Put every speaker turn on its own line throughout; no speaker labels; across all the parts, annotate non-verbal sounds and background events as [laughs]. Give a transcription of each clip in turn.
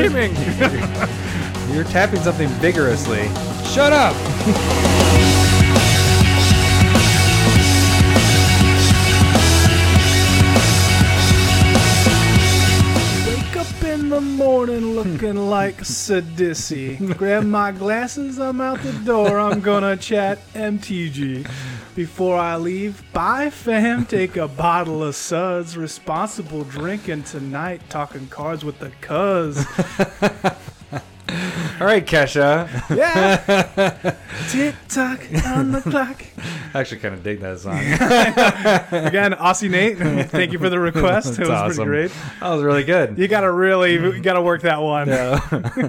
doing? [laughs] You're tapping something vigorously. Shut up!
Wake up in the morning looking
[laughs]
like Sadissi. Grab my glasses, I'm out the door. I'm gonna chat MTG. Before I leave, bye fam. Take a bottle of suds. Responsible drinking tonight. Talking cards with the cuz.
All right, Kesha. [laughs]
Yeah. Tick tock on the clock.
I actually kind of dig that song.
[laughs] Again, Aussie Nate, thank you for the request. it
That's
was
awesome.
pretty great.
That was really good.
You gotta really, you gotta work that one.
Yeah.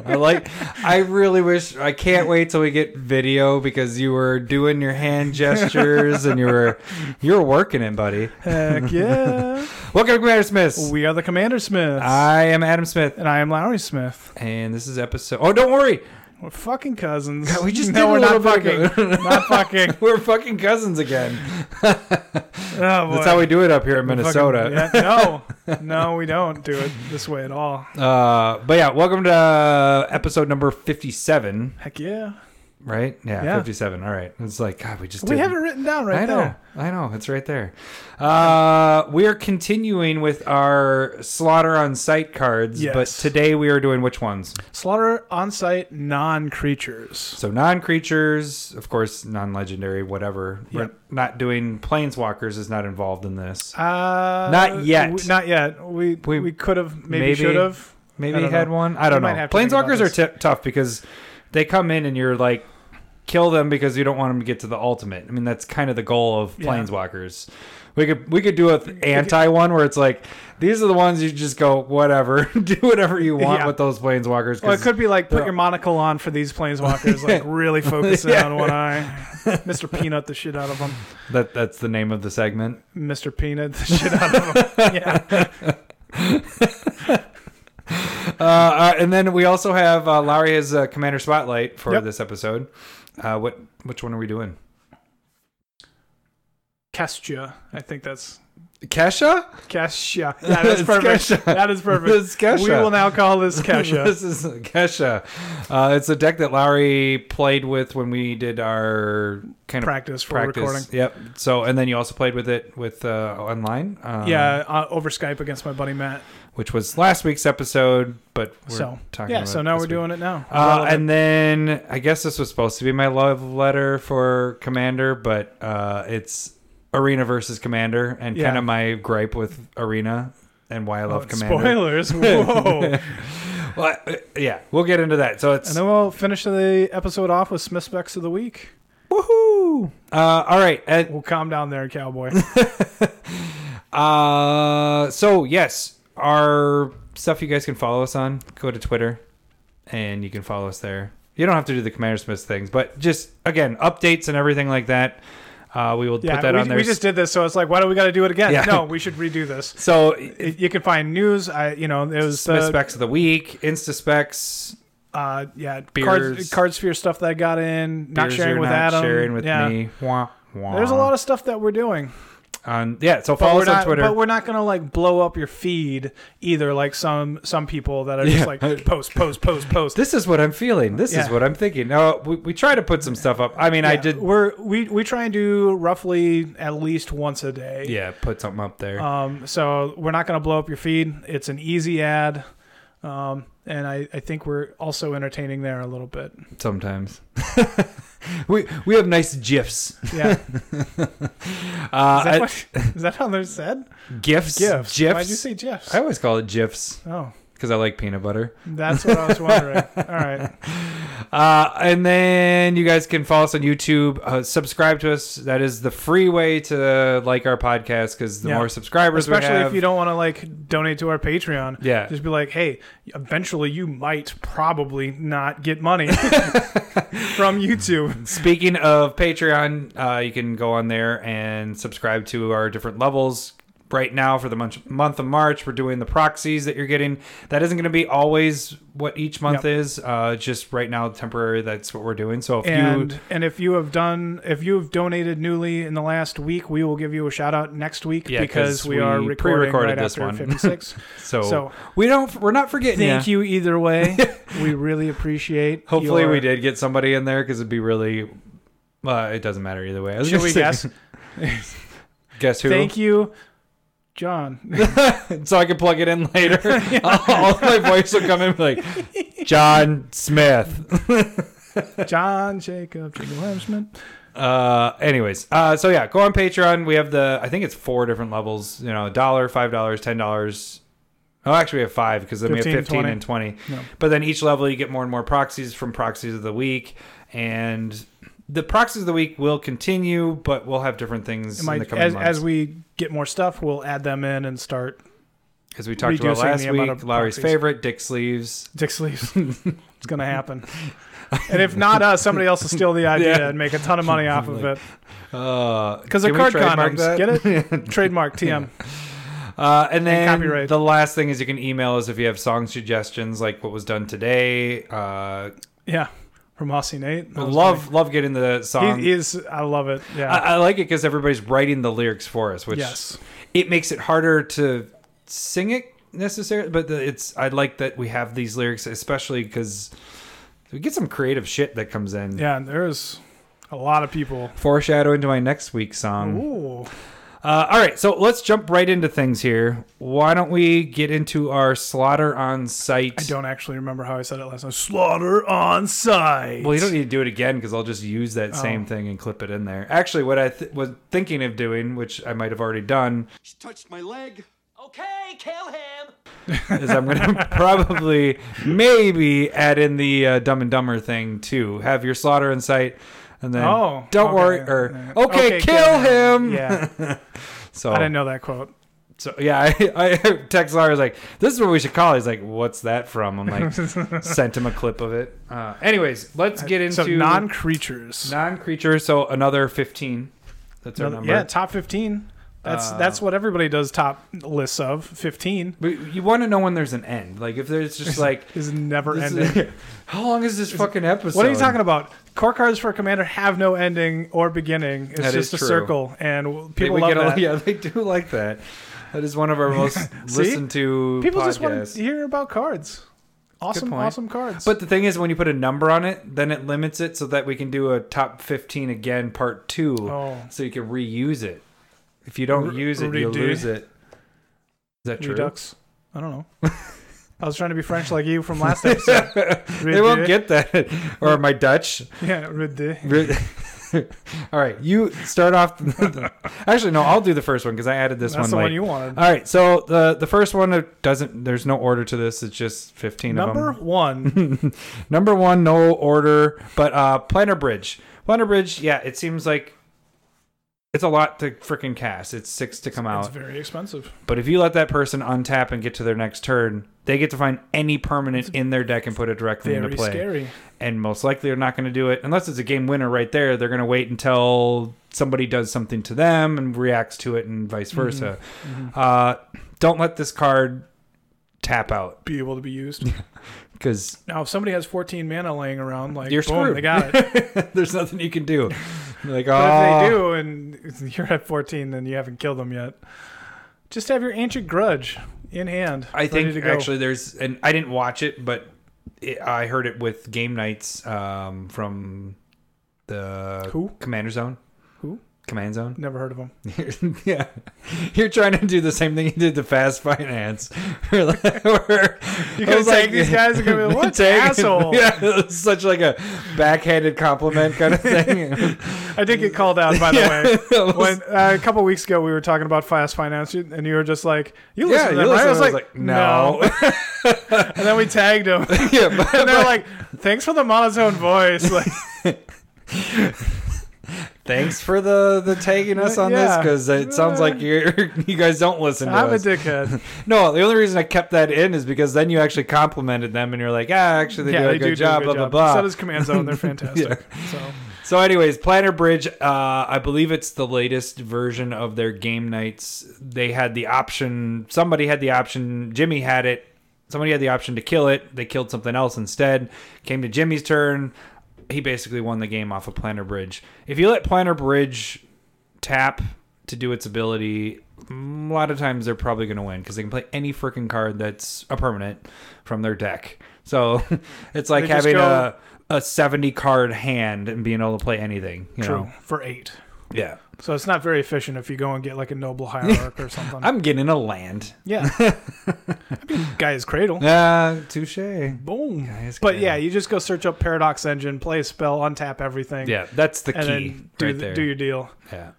[laughs] I like. I really wish. I can't wait till we get video because you were doing your hand gestures and you were you were working it, buddy.
Heck yeah.
Welcome to Commander Smiths.
we are the Commander Smiths.
I am Adam Smith,
and I am Lowry Smith.
and this is episode. Oh, don't worry, [laughs]
We're fucking cousins.
Yeah, we just
no,
did a
we're not
little bit
fucking. [laughs] not fucking.
we're fucking cousins again.
Oh, boy.
That's how we do it up here in
We're fucking-
Minnesota.
yeah,
[laughs]
no, no, we don't do it this way at all.
Uh, but yeah, welcome to uh, episode number fifty-seven.
Heck yeah.
Right? Yeah,
Yeah.
fifty-seven. All right. It's like God, we just
We
did-
have it written down right
I know.
there.
I know. It's right there. Uh, we are continuing with our slaughter on sight cards,
Yes.
but today we are doing which ones?
Slaughter on site non creatures.
So non creatures, of course, non legendary, whatever. We're
Yep.
not doing planeswalkers is not involved in this.
Uh,
Not yet.
we- not yet. We
We-
we, could have maybe,
maybe.
should have. I
Maybe
don't
had
know.
one. I don't
We
know.
might have to think
Planeswalkers
about
are
this.
t- tough because they come in and you're like, kill them because you don't want them to get to the ultimate. I mean, that's kind of the goal of
Yeah.
planeswalkers. We could we could do a anti one where it's like these are the ones you just go whatever, [laughs] do whatever you want
Yeah.
with those planeswalkers.
Well, it
'cause-
could be like put
they're-
your monocle on for these planeswalkers,
[laughs]
like really focusing on one eye. Mr. Peanut the shit out of them.
that that's the name of the segment. [laughs]
Mr. Peanut the shit out of them. Yeah.
Uh, uh, and then we also have uh, Lowry has uh, Commander Spotlight for
Yep.
this episode. Uh, what which one are we doing?
Kestia. I think that's
Kesha?
Kesha. Yeah,
[laughs]
that's
It's
perfect.
Kesha.
That is perfect.
It's Kesha.
We will now call this Kesha.
[laughs] this is Kesha. Uh, it's a deck that Lowry played with when we did our kind of
practice for
practice.
recording.
Yep. So, and then you also played with it with uh, online. Um,
Yeah, uh, over Skype against my buddy Matt.
Which was last week's episode, but we're
so
talking
yeah,
about
so
it
now
this
we're
week.
doing it now.
Uh,
Relevant.
and then I guess this was supposed to be my love letter for Commander, but uh, it's Arena versus Commander, and
Yeah.
kind of my gripe with Arena and why I love [laughs]
Oh,
Commander.
spoilers.
[laughs]
[laughs] Whoa.
Well, uh, yeah, we'll get into that. So it's
and then we'll finish the episode off with Smith Specs of the Week.
Woohoo! Uh, all right. and,
We'll calm down there,
[laughs]
cowboy.
uh, so yes, our stuff you guys can follow us on. Go to Twitter, and you can follow us there. You don't have to do the Commander Smith things, but just again updates and everything like that. Uh, we will
Yeah,
put that
we,
on there.
we just did this, so it's like, why do we got to do it again?
Yeah.
No, we should redo this.
so
Y- You can find news. I, you know, it was
Smith
uh,
specs of the week, Insta specs.
uh, yeah, card,
Beers.
card sphere stuff that I got in. Not
beers
sharing
you're
with
not
Adam.
Sharing with
yeah.
me. Wah, wah.
There's a lot of stuff that we're doing.
on yeah. So
But
follow
we're,
us on
not,
Twitter.
but we're not gonna like blow up your feed either, like some some people that are just
Yeah.
like post, post, post, post.
this is what I'm feeling. This is
Yeah.
what I'm thinking. No, we, we try to put some stuff up. I mean, I
Yeah,
did.
We're we we try and do roughly at least once a day.
Yeah, put something up there.
Um, so we're not going to blow up your feed. It's an easy ad. Um, and I, I think we're also entertaining there a
[laughs]
little bit.
sometimes. we we have nice gifs.
Yeah. [laughs] Is
Uh,
that,
I-
what, is that how they're said?
gifs.
GIFs.
Gifs.
Why'd you say GIFs?
I always call it gifs
oh,
because I like peanut butter.
that's what I was wondering. All right.
[laughs] Uh, and then you guys can follow us on YouTube. Uh, subscribe to us. That is the free way to like our podcast because the
Yeah.
more subscribers we
Especially
have,
if you don't want to like donate to our Patreon.
Yeah.
Just be like, hey, eventually you might probably not
[laughs]
get money from YouTube.
Speaking of Patreon, uh, you can go on there and subscribe to our different levels. right now for the month, month of March. We're doing the proxies that you're getting. That isn't going to be always what each month is. Uh, just right now, temporary. That's what we're doing. So if
and
you,
and if you have done if you have donated newly in the last week, we will give you a shout out next week
Yeah,
because
'cause
we, are
we
recording
pre-recorded
right
this
after
one.
56.
[laughs] so,
so
we don't. We're not forgetting.
thank
ya.
you either way.
[laughs]
we really appreciate.
Hopefully,
your-
we did get somebody in there because it'd be really. Uh, it doesn't matter either way. I was
Should
gonna [laughs]
we
say-
guess?
Guess who?
Thank you, John.
[laughs]
[laughs]
so I can plug it in later. [laughs] All of my voice will come in and be like
[laughs]
John Smith.
John Jacob Lemsman.
Uh, anyways, uh, so yeah, go on Patreon. We have the I think it's four different levels. You know, dollar, five dollars, ten dollars. Oh, actually, we have five because then we have
15,
fifteen and twenty.
No.
But then each level, you get more and more proxies from proxies of the week, and the proxies of the week will continue, but we'll have different things
It might-
in the coming
as,
months.
as we get more stuff, we'll add them in and start
as we talked about
reducing the
last
amount
week,
of
Lowry's
proxies.
favorite, Dick Sleeves.
Dick
[laughs]
Sleeves. it's gonna happen. And if not us, somebody else will steal the idea
Yeah.
and make a ton of money off of it.
Uh,
Because they're
can we
card
trademark
condoms.
that? [laughs]
Get it? Trademark TM.
Uh, and then
copyright.
the last thing is you can email us if you have song suggestions, like what was done today. Uh,
Yeah. From Aussie Nate. That was
love love getting the
funny.
song.
He is. I love it. Yeah.
I, I like it because everybody's writing the lyrics for us, which
yes.
it makes it harder to sing it necessarily. But the, it's I like that we have these lyrics, especially because we get some creative shit that comes in.
Yeah. And there is a lot of people.
Foreshadow into my next week's song.
Ooh.
Uh, all right, so let's jump right into things here. Why don't we get into our slaughter on site?
I don't actually remember how I said it last time. Slaughter on site.
Well, you don't e- need to do it again because I'll just use that
Oh.
same thing and clip it in there. Actually, what I th- was thinking of doing, which I might have already done,
She touched my leg.
Okay, kill him.
is I'm going to [laughs] probably maybe add in the uh, Dumb and Dumber thing too. Have your slaughter in sight, and then
Oh,
don't
okay.
worry, or
Yeah.
okay, kill, him. Oh.
Yeah.
So
I didn't know that quote.
So yeah, [laughs] I, I text Larry I was like, "This is what we should call." it." He's like, "What's that from?" I'm
[laughs]
like, sent him a clip of it. Uh, anyways, let's get into
So non creatures.
non-creature. So another 15. That's our
Another-
number. Uh,
Yeah, top fifteen. That's that's what everybody does top lists of. Fifteen
But you want to know when there's an end. Like if there's
[laughs]
just like
is never
this
ending.
is- [laughs] how long is this fucking episode?
What are you talking about? Core cards for Commander have no ending or beginning. It's
That is
just a
true.
circle, and w-
They-
people
we
love
get a- [laughs]
that.
Yeah, they do like that. That is one of our
[laughs]
most listened to
People
podcasts.
just want to hear about cards. Awesome,
point.
awesome cards.
But the thing is, when you put a number on it, then it limits it so that we can do a top 15 again, part two,
Oh.
so you can reuse it. If you don't
Re-
use it, you
redo.
lose it. Is that true?
Redux. I don't know.
[laughs]
I was trying to be French like you from last episode.
They won't get that. [laughs] or am I Dutch?
yeah, Redux.
Re- [laughs] All right, you start off. Actually, no, I'll do the first one because I added this
That's the
one.
one
late.
you wanted.
All right, so the the first one it doesn't. There's no order to this. It's just 15
Number
of them. [laughs]
one.
Number one, no order, but uh Planner Bridge. Planner Bridge, yeah, it seems like it's a lot to freaking cast. It's six to come
it's
out.
very expensive.
But if you let that person untap and get to their next turn, they get to find any permanent in their deck and put it directly into
Very
play.
scary.
And most likely they're not going to do it unless it's a game winner right there. They're going to wait until somebody does something to them and reacts to it and vice
Mm-hmm.
versa. Uh, don't let this card tap out
Be able to be used.
because
Now, if somebody has 14 mana laying around, like
You're
boom,
screwed.
they got
[laughs]
it.
there's nothing you can do. Like,
[laughs]
"Oh."
But if they do, and [laughs] you're at 14, then you haven't killed them yet. Just have your ancient grudge in hand.
I think
ready to go.
actually there's, and I didn't watch it, but it, I heard it with game nights um, from the
Who?
Commander Zone.
Who?
Command Zone.
never heard of them.
[laughs] yeah, you're trying to do the same thing you did to Fast Finance. [laughs] Where- where- I
You can
was
tag these guys
[laughs]
and go, "What
tag-
asshole?"
Yeah, it was such like a backhanded compliment kind of
[laughs]
thing.
I did get called out,
[laughs]
by the way.
It was-
When uh, a couple weeks ago we were talking about fast finance, you- and you were just like, "You
yeah,
listen
you
to them,
listen,
right?" I was like, "No."
[laughs]
and then we tagged them, and
yeah, but,
they're like, "Thanks for the
[laughs]
monotone voice." Like,
Thanks for the the tagging us on
Yeah.
this because it sounds like you're [laughs] you guys don't listen to
I'm a
us.
dickhead.
no, the only reason I kept that in is because then you actually complimented them and you're like, ah, actually they
yeah,
do a
they
good
do
job,
do a
blah
good
blah blah. [laughs]
job. So does Command Zone. They're fantastic. So
So, anyways, Planet Bridge. Uh, I believe it's the latest version of their game nights. They had the option. Somebody had the option. Jimmy had it. Somebody had the option to kill it. They killed something else instead. Came to Jimmy's turn. He basically won the game off of Planet Bridge. If you let Planet Bridge tap to do its ability, mm, a lot of times they're probably going to win because they can play any freaking card that's a permanent from their deck. So [laughs] it's like
They just
having
go-
a a seventy card hand and being able to play anything. You
True.
Know?
For eight.
Yeah.
So it's not very efficient if you go and get like
[laughs]
a noble hierarch or something.
I'm getting a land. [laughs]
yeah. I'd be in guy's cradle.
Ah, touche. Yeah,
Boom.
it's
But
good.
yeah, you just go search up Paradox Engine, play a spell, untap everything.
yeah, that's the
And
key
then do,
right
th-
there.
do your deal.
yeah.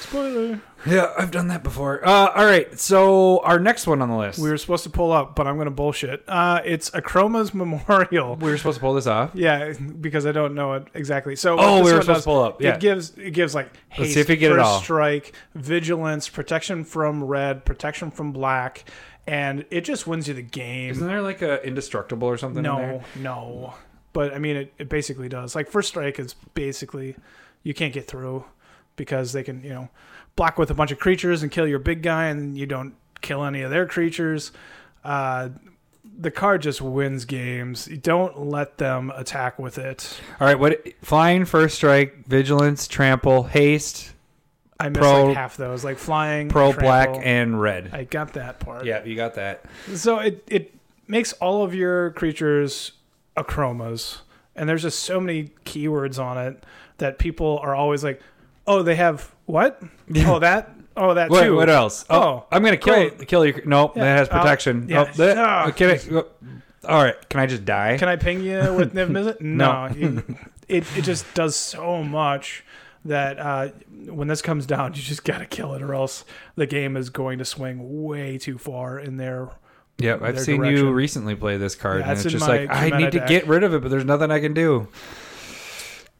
Spoiler.
Yeah, I've done that before. Uh, all right, so our next one on the list.
We were supposed to pull up, but I'm going to bullshit. Uh, it's Achroma's Memorial.
we were supposed to pull this off.
Yeah, because I don't know it exactly. So what
Oh,
this
we were
one
supposed
does-
to pull up. Yeah.
It gives it gives like haste,
Let's see if we get it
first
all.
strike, vigilance, protection from red, protection from black, and it just wins you the game.
Isn't there like a indestructible or something? in there?
no, no. But I mean, it, it basically does. Like first strike is basically you can't get through because they can you know block with a bunch of creatures and kill your big guy, and you don't kill any of their creatures. Uh, the card just wins games. You Don't let them attack with it.
All right, what flying first strike, vigilance, trample, haste,
I missed
Pro-
like half those, like flying,
pro
trample.
black and red.
I got that part.
yeah, you got that.
So it it makes all of your creatures achromas, and there's just so many keywords on it that people are always like, "Oh, they have what? Oh, that? Oh, that
What,
too?
what else? Oh,
Oh,
I'm gonna kill
great.
kill your. No,
Yeah.
that has
Oh,
protection.
yeah.
Oh, that,
Ah.
okay. oh, All right, can I just die?
Can I ping you with Niv
[laughs]
Mizzet?
No.
No, you- it it just does so much." That uh, when this comes down, you just gotta kill it, or else the game is going to swing way too far in their
yep, I've
their
seen you
direction.
recently play this card,
Yeah,
and
it's
it's
in
just
my
like I
Jemena
need to
deck.
get rid of it, but there's nothing I can do.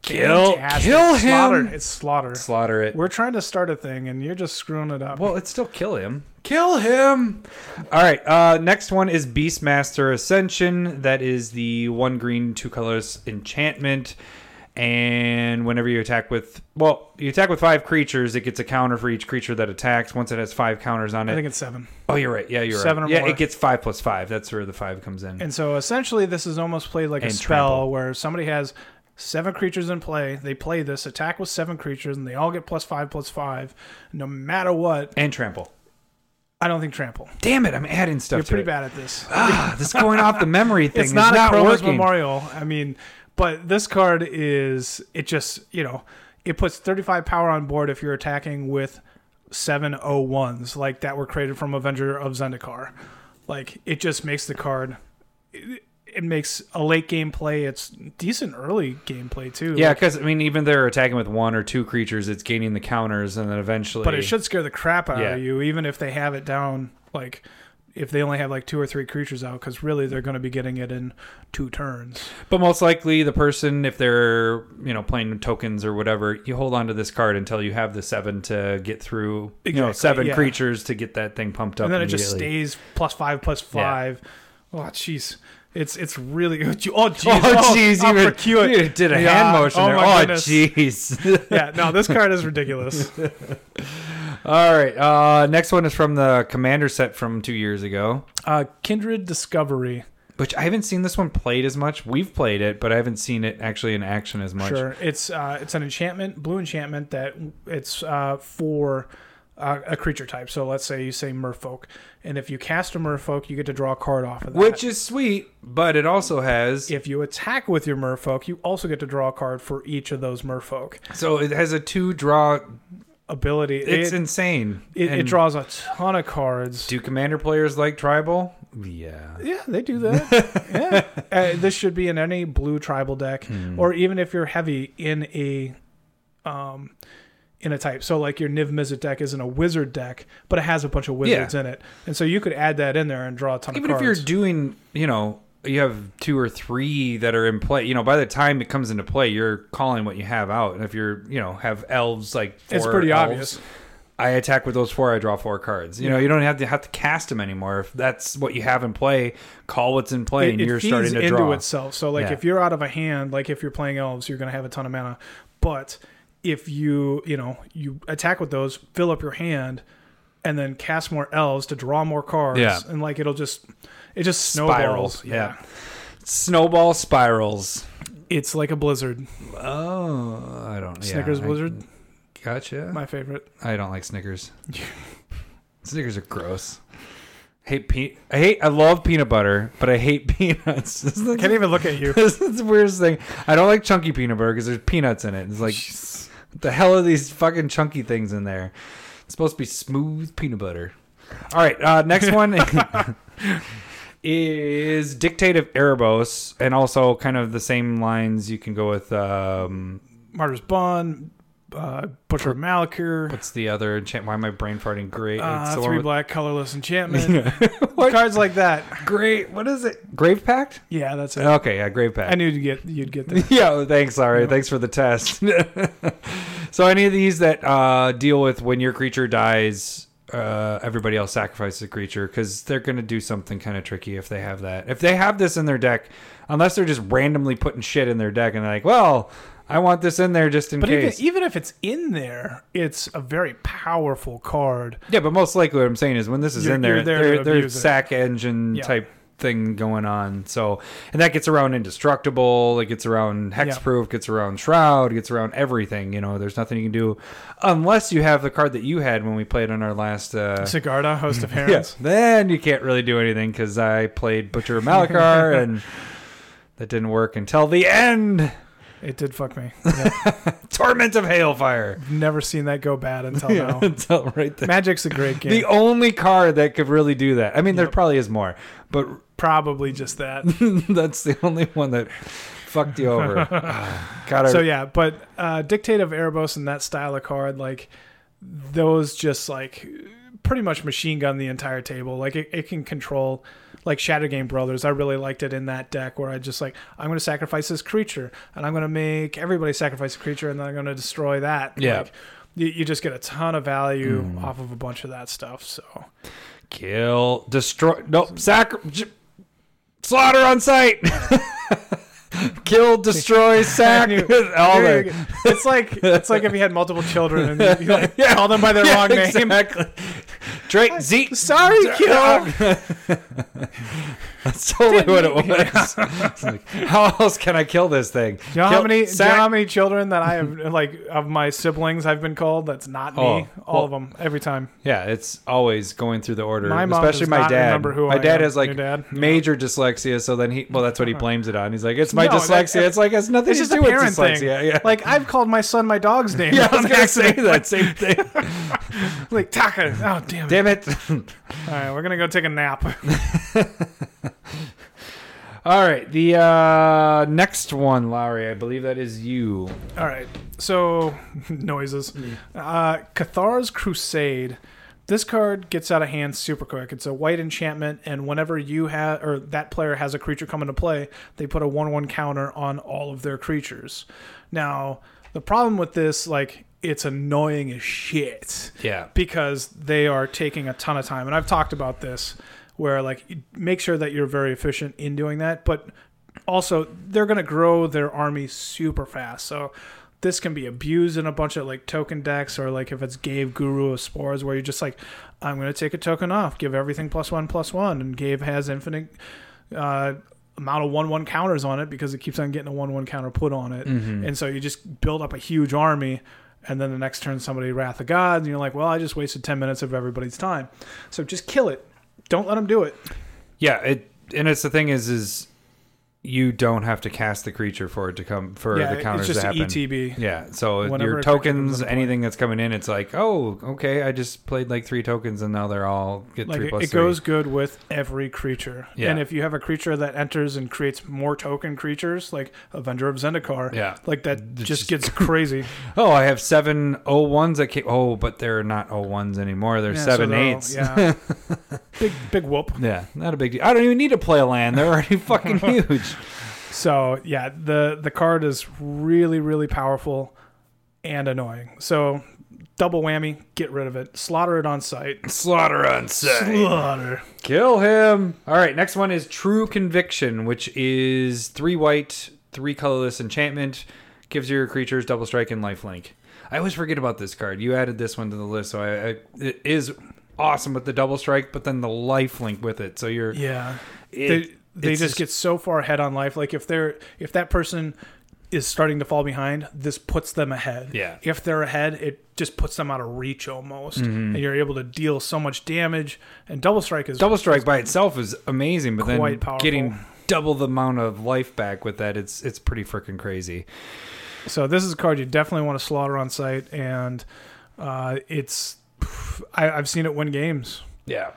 Kill,
Fantastic.
kill
It's Slaughter.
him.
It's slaughter.
Slaughter it.
We're trying to start a thing, and you're just screwing it up.
Well, it's still kill him. Kill him. All right. Uh, next one is Beastmaster Ascension. That is the one green, two colors enchantment. And whenever you attack with, well, you attack with five creatures, it gets a counter for each creature that attacks. Once it has five counters on
I think
it,
it's seven.
oh, you're right. Yeah, you're
Seven
right.
or
yeah,
more.
it gets five plus five. That's where the five comes in.
And so essentially, this is almost played like a
And
spell
trample.
where somebody has seven creatures in play. They play this attack with seven creatures, and they all get plus five, plus five, no matter what.
And trample.
I don't think trample.
Damn it! I'm adding stuff.
You're
to
pretty
it.
bad at this.
Ah, this going off the
[laughs]
memory thing.
it's
is
not, a Chroma's
working.
Memorial. I mean, but this card is it just you know it puts 35 power on board if you're attacking with 701s like that were created from Avenger of Zendikar. Like it just makes the card. It, it makes a late game play. It's decent early gameplay too.
Yeah,
Like,
because I mean, even they're attacking with one or two creatures, it's gaining the counters, and then eventually.
but it should scare the crap out
Yeah.
of you, even if they have it down. Like if they only have like two or three creatures out, because really they're going to be getting it in two turns.
But most likely, the person, if they're you know playing tokens or whatever, you hold on to this card until you have the seven to get through. You know,
Exactly,
seven
yeah.
creatures to get that thing pumped up.
and then it just
immediately.
stays plus five plus
Yeah.
five. Oh jeez, it's it's really [laughs] oh jeez, oh
[laughs] Oh jeez!
I'll
you, even-
procure it.
you did a
Yeah,
hand motion
oh
there.
my
Oh
goodness.
jeez!
[laughs]
[laughs]
Yeah, no, this card is ridiculous.
All right. Uh, next one is from the commander set from two years ago,
[laughs] Uh, Kindred Discovery,
which I haven't seen this one played as much. We've played it, but I haven't seen it actually in action as much.
sure. It's uh, it's an enchantment, blue enchantment that it's uh, for uh, a creature type. So let's say you say Merfolk, and if you cast a Merfolk, you get to draw a card off of that.
Which is sweet, but it also has
if you attack with your Merfolk, you also get to draw a card for each of those Merfolk
so it has a two draw.
ability.
It's
it,
insane.
it, it
And-
draws a ton of cards.
Do commander players like tribal? Yeah.
Yeah, they
[laughs]
do that. yeah, uh, this should be in any blue tribal deck,
Hmm.
or even if you're heavy in a, um, in a type. So like your Niv Mizzet deck isn't a wizard deck, but it has a bunch of wizards in it, and so you could add that in there and draw a ton
Even
of
if you're
cards.
doing, you know, you have two or three that are in play. You know, by the time it comes into play, you're calling what you have out. And if you're, you know, have elves like four
it's pretty
elves,
obvious.
I attack with those four. I draw four cards. You know, you don't have to have to cast them anymore. If that's what you have in play, call what's in play, and
it
you're
feeds
starting to
into
draw.
itself. So like
Yeah.
if you're out of a hand, like if you're playing elves, you're gonna have a ton of mana. But if you you know you attack with those, fill up your hand, and then cast more elves to draw more cards,
Yeah.
and like it'll just it just
Spirals,
snowballs.
yeah. Snowball spirals.
it's like a blizzard.
Oh, I don't. yeah,
Snickers
I-
blizzard,
Gotcha.
my favorite.
I don't like
[laughs]
Snickers. Snickers are gross. Hate pe- I hate. I love peanut butter, but I hate [laughs] peanuts. This is the,
Can't even look
[laughs]
at you.
this is the weirdest thing. I don't like chunky peanut butter because there's peanuts in it. It's like, what the hell are these fucking chunky things in there? It's supposed to be smooth peanut butter. All right, uh, next
[laughs]
one is Dictative Erebos, and also kind of the same lines you can go with. Um,
Martyr's Bond, uh, Butcher of Malakir,
what's the other enchant? Why am I brain farting? Great.
uh,
It's the one
Three
with-
Black
[laughs]
Colorless Enchantment, cards like that.
Great. What is it? Grave Pact?
Yeah, that's it.
Okay, yeah, Grave Pact. [laughs]
I knew you'd get you'd get that.
yeah, well, thanks, Larry. Thanks for the test. [laughs] so, any of these that uh, deal with when your creature dies, uh, everybody else sacrifices a creature because they're going to do something kind of tricky if they have that. If they have this in their deck, unless they're just randomly putting shit in their deck and they're like, well, I want this in there just in
But even,
case.
even if it's in there, it's a very powerful card.
yeah, but most likely what I'm saying is when this is
You're-
in there,
you're there
there
to
there's
abuse it.
sack engine
Yeah.
type thing going on. So, and that gets around indestructible, it gets around hexproof, gets around shroud, gets around everything. You know, there's nothing you can do unless you have the card that you had when we played on our last. Uh,
Sigarda, host
[laughs]
of
yeah,
herons.
then you can't really do anything because I played Butcher of
[laughs]
Malachar and that didn't work until the end.
It did fuck me.
Torment of Hailfire.
Never seen that go bad
[laughs]
until now.
until right there.
Magic's a great game.
The only card that could really do that. I mean, there probably is more, but
Probably just that.
[laughs] That's the only one that fucked you
[laughs]
over. Ah, God, I-
so yeah, but uh, Dictate of Erebos and that style of card, like those, just like pretty much machine gun the entire table. Like it, it can control. Like Shadow Game Brothers, I really liked it in that deck where I just like I'm going to sacrifice this creature and I'm going to make everybody sacrifice a creature and then I'm going to destroy that.
Yeah. Mm.
Like, you, you just get a ton of value off of a bunch of that stuff. So
kill, destroy. Nope, sac- j- slaughter on sight. [laughs] kill,
[laughs]
destroy, sack. [laughs] all
You're-
that.
it's like it's like if you had multiple children and
[laughs]
you, you like call them by their
Yeah,
wrong name.
Exactly. Drake, Zeke.
[laughs] Sorry, kiddo.
That's totally what
[laughs]
it was. [laughs] It's like, how else can I kill this thing?
Do you know
Kill-
how many? do you know
sack-
how many children that I have, [laughs] like, of my siblings I've been called? That's not me.
Oh,
All of them, every time.
Yeah, it's always going through the order.
My mom
especially
does
my
not
dad.
remember who
my
I
dad
am.
has like
Your dad? Uh-huh.
major dyslexia, so then he well, that's what he blames it on. He's like, it's my
No, that-
dyslexia. it's like it has nothing
It's
to
just
do
a
with
parent
dyslexia.
thing.
Yeah,
Like, I've called my son my dog's
[laughs]
name.
yeah, I
[laughs]
was
on
gonna say
accident.
that same thing.
[laughs] Like Taka. Oh damn it!
Damn it! [laughs]
All right, we're gonna go take a nap.
All right, the uh, next one, Lowry. I believe that is you.
All right. So [laughs] noises. Uh, Cathar's Crusade. This card gets out of hand super quick. It's a white enchantment, and whenever you have or that player has a creature come into play, they put a one-one counter on all of their creatures. Now, the problem with this, like, it's annoying as shit
Yeah.
because they are taking a ton of time. And I've talked about this where like you- make sure that you're very efficient in doing that, but also they're going to grow their army super fast. So this can be abused in a bunch of like token decks or like if it's Gave Guru of Spores where you're just like I'm going to take a token off, give everything plus 1 plus 1 and Gave has infinite uh amount of one one counters on it because it keeps on getting a one one counter put on it
Mm-hmm.
and so you just build up a huge army and then the next turn somebody wrath of god and you're like well i just wasted 10 minutes of everybody's time so just kill it don't let them do it
Yeah, it and it's the thing is is you don't have to cast the creature for it to come for
yeah
the counters
it's just E
to
an
happen.
etb
Yeah, so
Whenever
your
a creature comes
tokens,
into play.
anything that's coming in, it's like, oh, okay, I just played like three tokens and now they're all get
like
three
it,
plus
it
three.
goes good with every creature
Yeah.
and if you have a creature that enters and creates more token creatures like avenger of zendikar
Yeah.
like that just
[laughs]
gets crazy
Oh, I have seven O ones that came. Oh, but they're not O ones anymore. They're
Yeah, so
seven
they're all-
eights. yeah. [laughs]
yeah big big whoop
not a big deal. I don't even need to play a land. They're already [laughs] fucking
[laughs]
huge.
So yeah, the the card is really really powerful and annoying. So Double whammy. Get rid of it. Slaughter it on sight.
Slaughter on site.
Slaughter.
Kill him. All right, next one is True Conviction, which is three white, three colorless enchantment. Gives your creatures double strike and lifelink. I always forget about this card. You added this one to the list, so I, I it is awesome with the double strike, but then the lifelink with it. So you're
Yeah.
It-
they they
it's
just,
just-
get so far ahead on life. Like if they're if that person is starting to fall behind, this puts them ahead.
Yeah.
If they're ahead, it just puts them out of reach almost, and you're able to deal so much damage. And double strike is
Mm-hmm. double strike by itself is amazing, but then
Quite powerful.
getting double the amount of life back with that, it's it's pretty freaking crazy.
So this is a card you definitely want to slaughter on site, and uh, it's pff, I, I've seen it win games.
Yeah.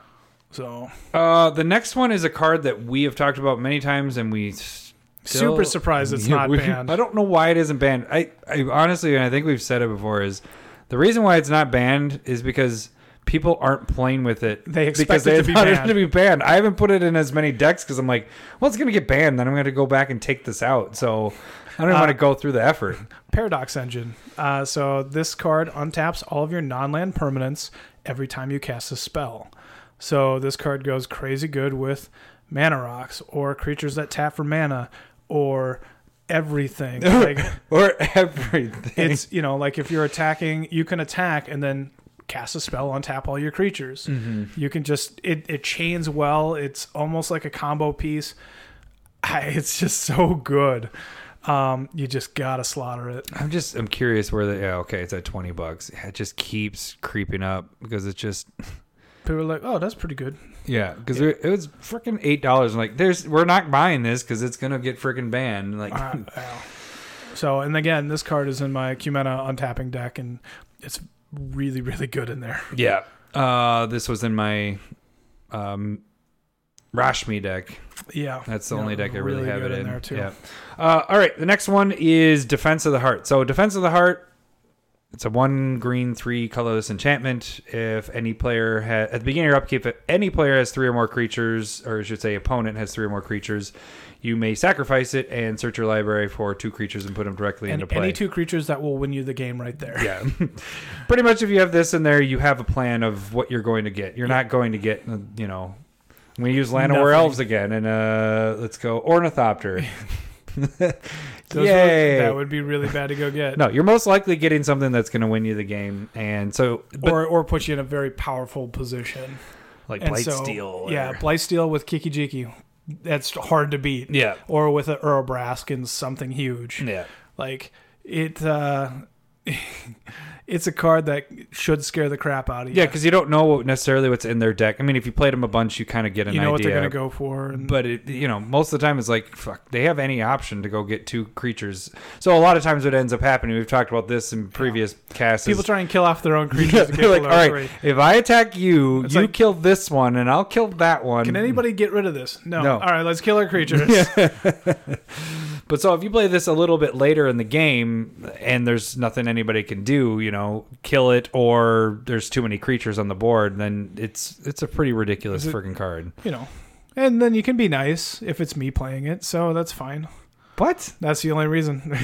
So
Uh, the next one is a card that we have talked about many times, and we still-
Super
[laughs]
surprised it's not
we-
banned.
I don't know why it isn't banned. I, I honestly, and I think we've said it before, is the reason why it's not banned is because people aren't playing with it.
They expect
because
it
they
to be
thought
banned.
to be banned. I haven't put it in as many decks because I'm like, well, it's gonna get banned. Then I'm gonna go back and take this out. So I don't
Uh,
want to go through the
[laughs]
effort.
Paradox Engine. Uh, so this card untaps all of your non-land permanents every time you cast a spell. So this card goes crazy good with mana rocks or creatures that tap for mana or everything. like
or everything.
it's you know like if you're attacking, you can attack and then cast a spell on tap all your creatures. You can just it it chains well. It's almost like a combo piece. [laughs] I, it's just so good. Um, you just gotta slaughter it.
I'm just I'm curious where the yeah okay it's at twenty bucks. It just keeps creeping up because it's just
People were like, "Oh, that's
[laughs]
pretty good."
yeah because it, it was freaking eight dollars. Like there's we're not buying this because it's gonna get freaking banned. Like
Uh, wow. So, and again, this card is in my Cumena untapping deck, and it's really, really good in there.
yeah, uh, this was in my um Rashmi deck.
Yeah,
That's the
Yeah,
only deck I really, have
good
it in.
there too.
Yeah. Uh, all right, the next one is Defense of the Heart. So Defense of the Heart, it's a one green, three colorless enchantment. If any player ha- at the beginning of your upkeep, if any player has three or more creatures, or I should say, opponent has three or more creatures, you may sacrifice it and search your library for two creatures and put them directly
And
into play.
any two creatures that will win you the game right there.
yeah, [laughs] pretty much. If you have this in there, you have a plan of what you're going to get. You're not going to get, uh, you know. We use Land of War
Nothing.
Elves again, and uh, let's go
[laughs]
Ornithopter.
[laughs] Those
Yay.
Would, that would be really bad to go get.
No, you're most likely getting something that's going to win you the game, and so but,
or, or put you in a very powerful position.
like
And
Blight
so,
Steel.
Yeah,
or-
Blightsteel with Kiki Jiki. That's hard to beat.
yeah,
Or with a Urobrask and something huge.
yeah.
Like it uh [laughs] it's a card that should scare the crap out of you.
Yeah, because you don't know what- necessarily what's in their deck. I mean, if you played them a bunch, you kind of get an
you
idea.
know what they're going to go for and
But it, you know, most of the time it's like fuck. They have any option to go get two creatures. So a lot of times what ends up happening. We've talked about this in previous casts.
people try and kill
[laughs]
off their own creatures
Yeah,
to
they're
get
like,
like,
all right, if I attack you,
It's
you
like-
kill this one, and I'll kill that one.
can anybody get rid of this no,
No.
all right let's kill
[laughs]
our creatures
But so if you play this a little bit later in the game and there's nothing anybody can do, you know, kill it or there's too many creatures on the board, then it's it's a pretty ridiculous
Is it-
freaking card.
you know and then you can be nice if it's me playing it so that's fine
What?
that's the only reason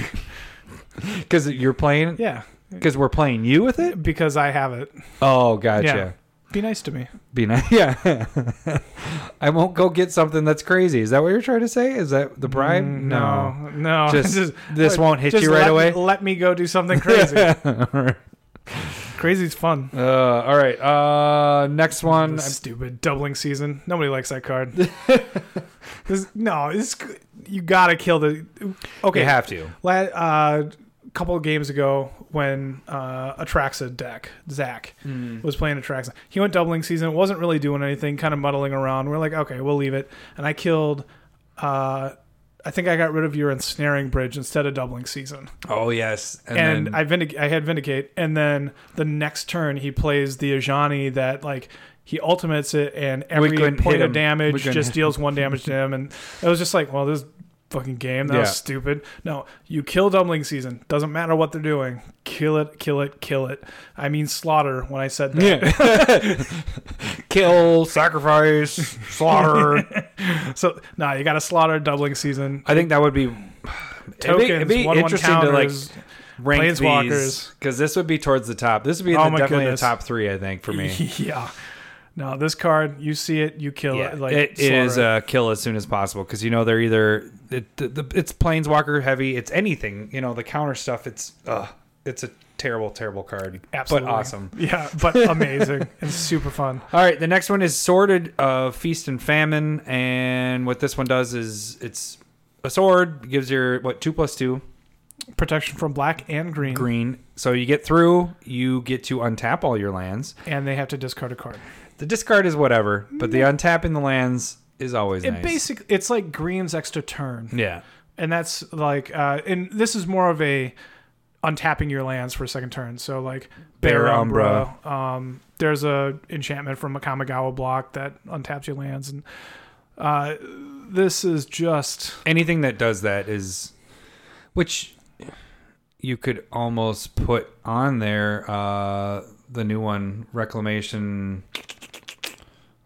[laughs]
Because you're playing
yeah
because we're playing you with it?
because i have it
Oh, gotcha.
Yeah. be nice to me
Be nice. [laughs] Yeah. I won't go get something that's crazy. Is that what you're trying to say? Is that the bribe?
Mm, no [laughs] no
Just, this won't hit
just
you right
let-
away.
let me go do something
[laughs]
crazy [laughs] crazy's fun
uh, all right. Uh, next one. I'm-
stupid doubling season. Nobody likes that
[laughs]
card. This- no, this you gotta kill the. Okay,
You have to.
La- uh, a couple of games ago when uh, Atraxa deck Zach
Hmm.
was playing Atraxa, he went doubling season. wasn't really doing anything, kind of muddling around. We're like, okay, we'll leave it. And I killed. Uh, I think I got rid of your ensnaring bridge instead of doubling season,
Oh yes, and,
and,
then-
I vindic- I had vindicate, and then the next turn he plays the Ajani that like he ultimates it, and every
couldn't hit
point
him.
of
We
damage
couldn't
just
hit-
deals one damage to him, and it was just like, well, this fucking game that
Yeah.
was stupid. No, you kill Dumbling Season. Doesn't matter what they're doing. Kill it, kill it, kill it. I mean slaughter when I said that.
Yeah. Kill, sacrifice, [laughs] slaughter.
[laughs] So nah, you got to slaughter Doubling Season.
I think that would be it'd be-
Tokens,
it'd be
one one
interesting to like
counters.
rank
Planeswalkers.
because this would be towards the top. This would be
Oh
the-
my
definitely
goodness.
the top three, I think, for me.
[laughs] yeah. No, this card, you see it, you kill
Yeah,
it. Like
it, it is
slaughter
uh, kill as soon as possible because you know they're either it, the, the, it's planeswalker heavy, it's anything you know the counter stuff. It's uh, it's a terrible, terrible card,
Absolutely.
but awesome.
[laughs] Yeah, but amazing and super fun.
All right, the next one is Sworded uh, Feast and Famine, and what this one does is it's a sword gives your what two plus two
Protection from black and green,
green, so you get through, you get to untap all your lands.
and they have to discard a card.
The discard is whatever, but the untapping the lands is always
Mm. It
nice.
basically it's like green's extra turn.
yeah,
and that's like uh and this is more of a untapping your lands for a second turn so like
Bear
bear, umbra. um there's a enchantment from a kamigawa block that untaps your lands and uh this is just
anything that does that is which you could almost put on there uh the new one reclamation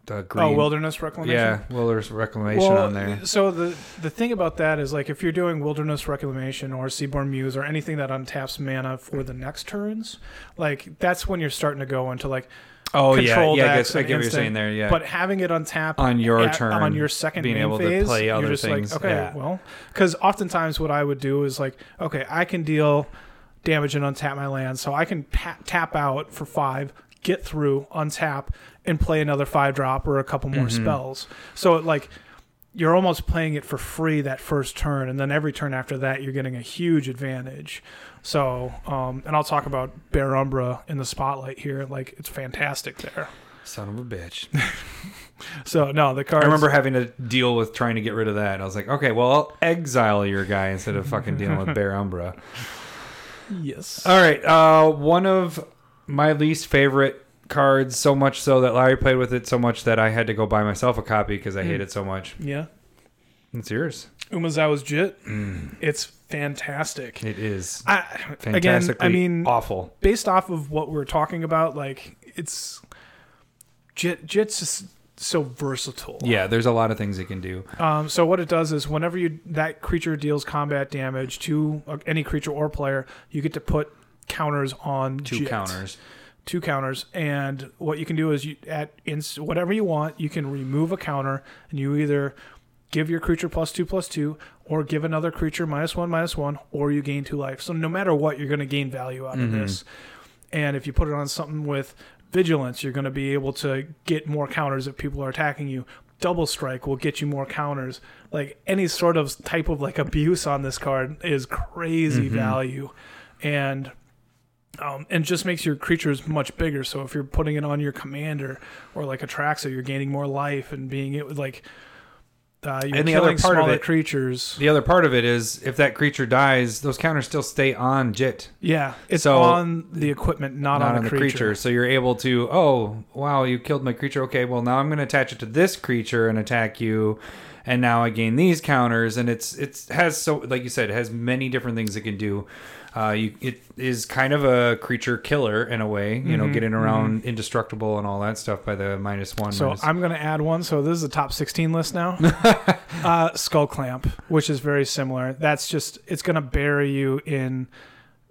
the green
oh wilderness reclamation
yeah wilderness reclamation on there
So the the thing about that is like if you're doing Wilderness Reclamation or Seaborn Muse or anything that untaps mana for the next turns, like that's when you're starting to go into like
oh yeah
control
yeah i
decks
guess i
and
get what you're
instant,
saying there yeah
But having it untapped
On your
at-
turn,
on your second
being
main
able to
phase,
play other
you're just
things,
Like, okay,
yeah.
well, because oftentimes what I would do is like, okay, I can deal damage and untap my land, so I can pa- tap out for five, get through, untap, and play another five drop or a couple more
Mm-hmm.
spells. So it like. You're almost playing it for free that first turn, and then every turn after that, you're getting a huge advantage. So, um, and I'll talk about Bear Umbra in the spotlight here. Like, it's fantastic there.
son of a bitch
So no,
[laughs]
the
i
cards.
remember having to deal with trying to get rid of that i was like okay well i'll exile your guy instead of fucking dealing with bear umbra
Yes.
[laughs] All right. Uh, one of my least favorite cards, so much so that Larry played with it so much that I had to go buy myself a copy because I hate it so much.
yeah.
It's yours.
Umazawa's Jit.
Mm.
It's fantastic.
It is
I, again,
fantastically
I mean,
awful.
based off of what we're talking about, like it's Jit. Jit's just so versatile.
Yeah, there's a lot of things it can do.
Um, so what it does is whenever you that creature deals combat damage to uh, any creature or player, you get to put counters on
Two
Jit.
counters.
two counters and what you can do is you at inst- whatever you want you can remove a counter and you either give your creature plus two plus two or give another creature minus one minus one or you gain two life so no matter what you're going to gain value out of this and if you put it on something with vigilance you're going to be able to get more counters if people are attacking you double strike will get you more counters like any sort of type of like abuse on this card is crazy
Mm-hmm.
value and um, and just makes your creatures much bigger. So if you're putting it on your commander or like a Traxa, you're gaining more life and being it like uh, you're
And the
killing
other part of
smaller
it-
creatures.
The other part of it is if that creature dies, those counters still stay on Jit,
Yeah, it's
So-
on the equipment, not,
not
on,
on the creature.
creature.
So you're able to, oh, wow, you killed my creature. Okay, well now I'm going to attach it to this creature and attack you. And now I gain these counters, and it's it's has so like you said, it has many different things it can do. Uh, you it is kind of a creature killer in a way, you
Mm-hmm,
know, getting around indestructible and all that stuff by the minus one.
So
minus-
I'm gonna add one. So this is a top 16
[laughs]
list now. uh, Skull Clamp, which is very similar. That's just it's gonna bury you in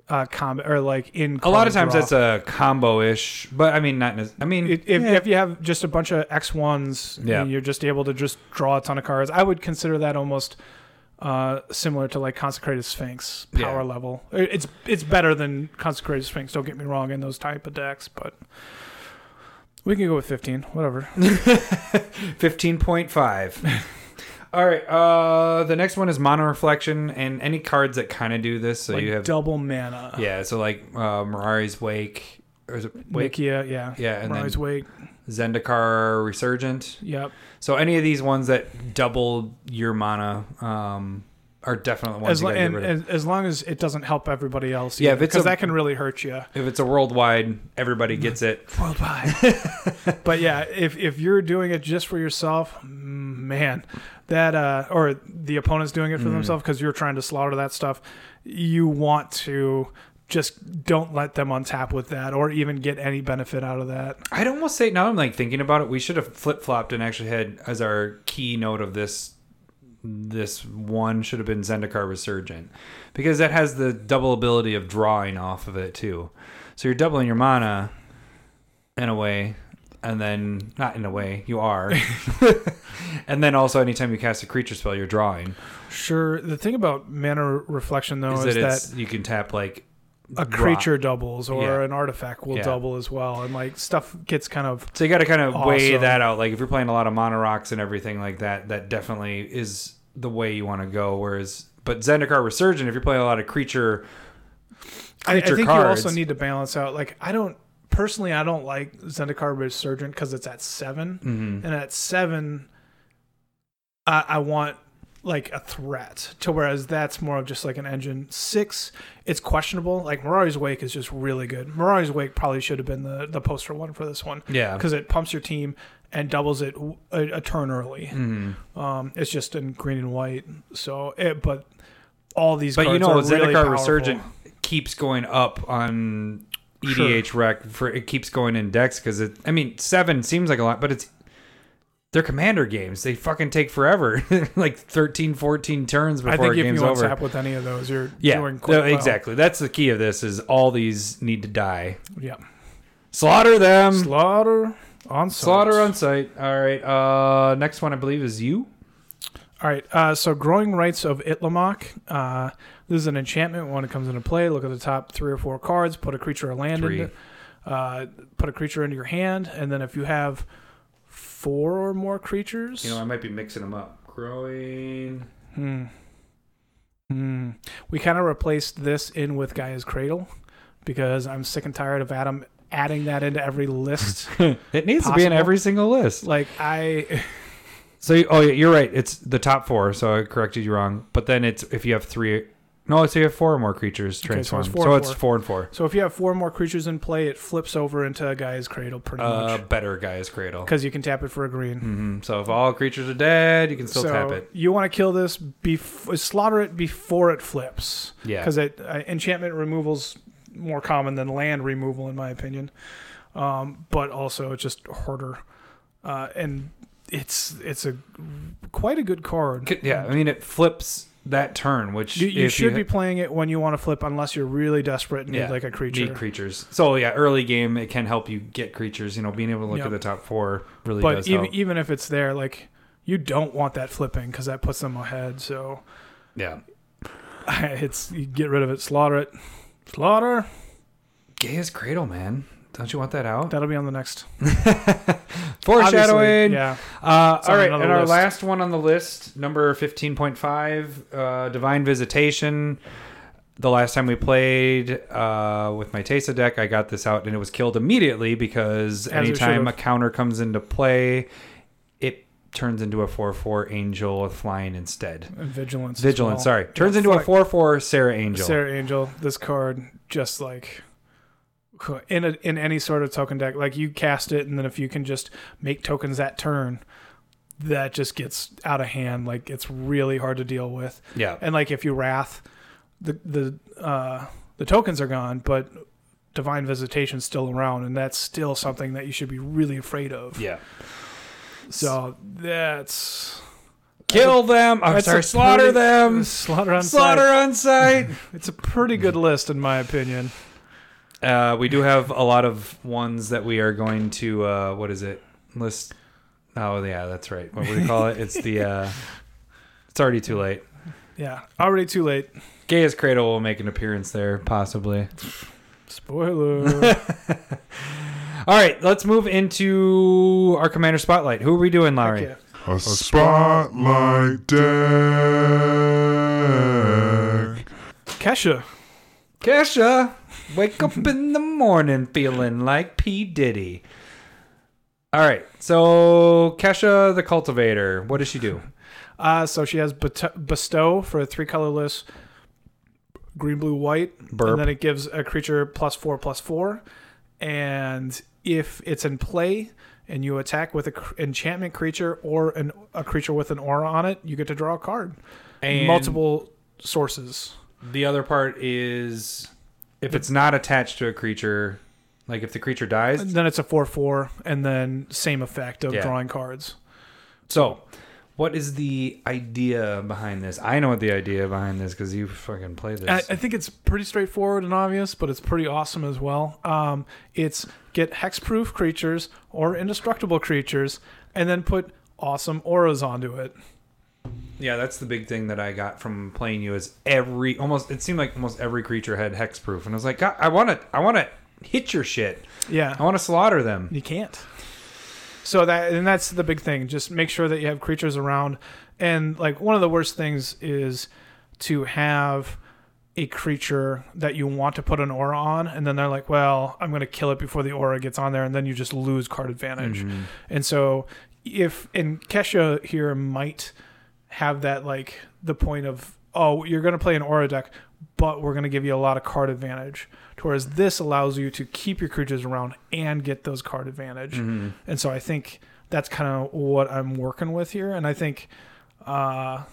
uh, combat or like in
a lot of times
that's
that's a combo ish, but I mean not. nec- I mean
It- if, if you have just a bunch of X ones,
Yeah.
you're just able to just draw a ton of cards. I would consider that almost uh, similar to like Consecrated Sphinx
Yeah.
power level. It- It's it's better than Consecrated Sphinx. Don't get me wrong in those type of decks, but we can go with fifteen, whatever.
Fifteen point
[laughs]
five. All right. Uh, the next one is mono reflection, and any cards that kind of do this. So
like
you have
double mana.
yeah. So like uh, Mirari's Wake, or is it Wake?
Wikia, yeah,
Yeah, and
Rise
then
Wake,
Zendikar Resurgent.
yep.
So any of these ones that double your mana um, are definitely ones
As,
you
lo-
gotta
and,
get rid of.
and as long as it doesn't help everybody else,
Yeah,
yeah,
if it's
because
a-
that can really hurt you.
If it's a worldwide, everybody gets it. [laughs]
worldwide. [laughs] but yeah, if if you're doing it just for yourself, mm, man, that uh, or the opponent's doing it
Mm.
for themselves because you're trying to slaughter that stuff, you want to just don't let them on tap with that or even get any benefit out of that.
I'd almost say now I'm like thinking about it. We should have flip flopped and actually had as our keynote of this this one should have been Zendikar Resurgent because that has the double ability of drawing off of it too. So you're doubling your mana in a way, and then not in a way, you
[laughs]
are. and then also, anytime you cast a creature spell, you're drawing.
Sure. The thing about mana re- reflection though
Is
Oh, is,
that,
that,
it's, you can tap like
a creature doubles or
Yeah.
an artifact will
Yeah.
double as well, and like stuff gets kind of
So you got to kind of weigh
Awesome.
that out. Like if you're playing a lot of mono rocks and everything like that, that definitely is the way you want to go. Whereas, but Zendikar Resurgent, if you're playing a lot of creature,
I, I
creature
think
cards.
you also need to balance out. Like, I don't personally, I don't like Zendikar Resurgent because it's at 7 and at seven, I, I want like a threat. To whereas that's more of just like an engine. Six, it's questionable. Like Mirari's Wake is just really good. Mirari's Wake probably should have been the the poster one for this one
yeah,
because it pumps your team and doubles it w- a, a turn early.
Mm-hmm.
Um, it's just in green and white. So, it, but. All these,
but
cards
you know,
are
Zendikar
really powerful.
Resurgent keeps going up on EDH rec for it keeps going in decks because it. I mean, seven seems like a lot, but it's they're commander games. They fucking take forever, [laughs] like 13, 14 turns before
I think
a
if
game's
you
over.
unsap with any of those, you're
yeah,
doing quite
no,
well.
exactly. That's the key of this: is all these need to die.
Yeah,
Slaughter them.
slaughter on site.
Slaughter on site. All right. Uh, next one I believe is you.
All right. Uh, so growing rights of Itlamok. Uh, this is an enchantment. When it comes into play, look at the top three or four cards. Put a creature or land
Three.
into, uh, put a creature into your hand, and then if you have four or more creatures,
You know I might be mixing them up. Growing.
Hmm. Hmm. We kind of replaced this in with Gaia's Cradle because I'm sick and tired of Adam adding that into every list.
It needs to be in
Possible.
every single list.
like I.
So you- oh yeah, you're right. It's the top four. So I corrected you wrong. But then it's if you have three. No, so you have four or more creatures
Okay, so
transformed.
it's
so,
four
it's,
and
four,
four.
and four.
So if you have four more creatures in play, it flips over into a guy's cradle pretty
Uh,
much
better guy's cradle.
because you can tap it for a green.
Mhm. So if all creatures are dead, you can still
so
tap it.
you want to kill this, bef- slaughter it before it flips.
Yeah.
Because it uh, enchantment removal's more common than land removal in my opinion, um, but also it's just harder, uh, and it's it's a quite a good card.
C- Yeah, I mean it flips that turn, which
you, you
if
should be playing it when you want to flip, unless you're really desperate and
Yeah,
need like a creature.
Need creatures. So yeah, early game it can help you get creatures. You know, being able to look
Yep.
at the top four really
but
does
even e-
help.
even if it's there, like you don't want that flipping because that puts them ahead. So [laughs]
Yeah.
it's you get rid of it, slaughter it, slaughter.
Gay as Cradle, man. Don't you want that out?
That'll be on the next
Foreshadowing.
Obviously, Yeah,
Uh,
It's
all
on
right, and
another
our
list.
last one on the list, number fifteen point five, uh, Divine Visitation. The last time we played uh, with my Tesa deck, I got this out and it was killed immediately because
it
anytime
should've.
a counter comes into play, it turns into a four-four angel with flying instead.
and vigilance. as
Vigilant,
well.
sorry, turns into a four-four Sarah Angel.
Sarah Angel. This card just like in a, in any sort of token deck, like you cast it, and then if you can just make tokens that turn, that just gets out of hand. Like it's really hard to deal with. [laughs]
Yeah,
and like if you wrath the the uh the tokens are gone but divine visitation's still around and that's still something that you should be really afraid of
yeah.
so that's
Kill them. I'm
that's
sorry,
a
slaughter
pretty-
them.
slaughter [laughs] on
Slaughter on site.
[laughs] site. it's a pretty good list in my opinion
Uh, we do have a lot of ones that we are going to. Uh, what is it? List. Oh yeah, that's right. What do we call it? It's the.
[laughs]
Uh, it's already too late.
yeah already too late
Gaius Cradle will make an appearance there, possibly.
spoiler
[laughs] All right, let's move into our commander spotlight. Who are we doing, Larry?
yeah.
A spotlight deck.
kesha
Kesha, wake up in the morning feeling like P Diddy. All right, so Kesha the Cultivator. What does she do?
uh so she has bet- bestow for a three colorless green blue white
Burp.
and then it gives a creature plus four plus four and if it's in play and you attack with an enchantment creature or an, a creature with an aura on it you get to draw a card
And-
multiple sources
The other part is if it's not attached to a creature, like if the creature
And
dies.
then it's a four four and then same effect of
Yeah.
drawing cards
So, What is the idea behind this? I know what the idea behind this because you fucking play this.
I, I think it's pretty straightforward and obvious, but it's pretty awesome as well. Um, it's get hexproof creatures or indestructible creatures, and then put awesome auras onto it.
yeah, that's the big thing that I got from playing you is every almost. It seemed like almost every creature had hexproof, and I was like, God, I want to, I want to hit your shit.
Yeah,
I want to slaughter them.
you can't. So that and that's the big thing. Just make sure that you have creatures around, and like one of the worst things is to have a creature that you want to put an aura on, and then they're like, "Well, I'm going to kill it before the aura gets on there," and then you just lose card advantage.
Mm-hmm.
And so, if and Kesha here might have that like the point of, "Oh, you're going to play an aura deck, but we're going to give you a lot of card advantage." Whereas this allows you to keep your creatures around and get those card advantage. And so I think that's kind of what I'm working with here. And I think uh,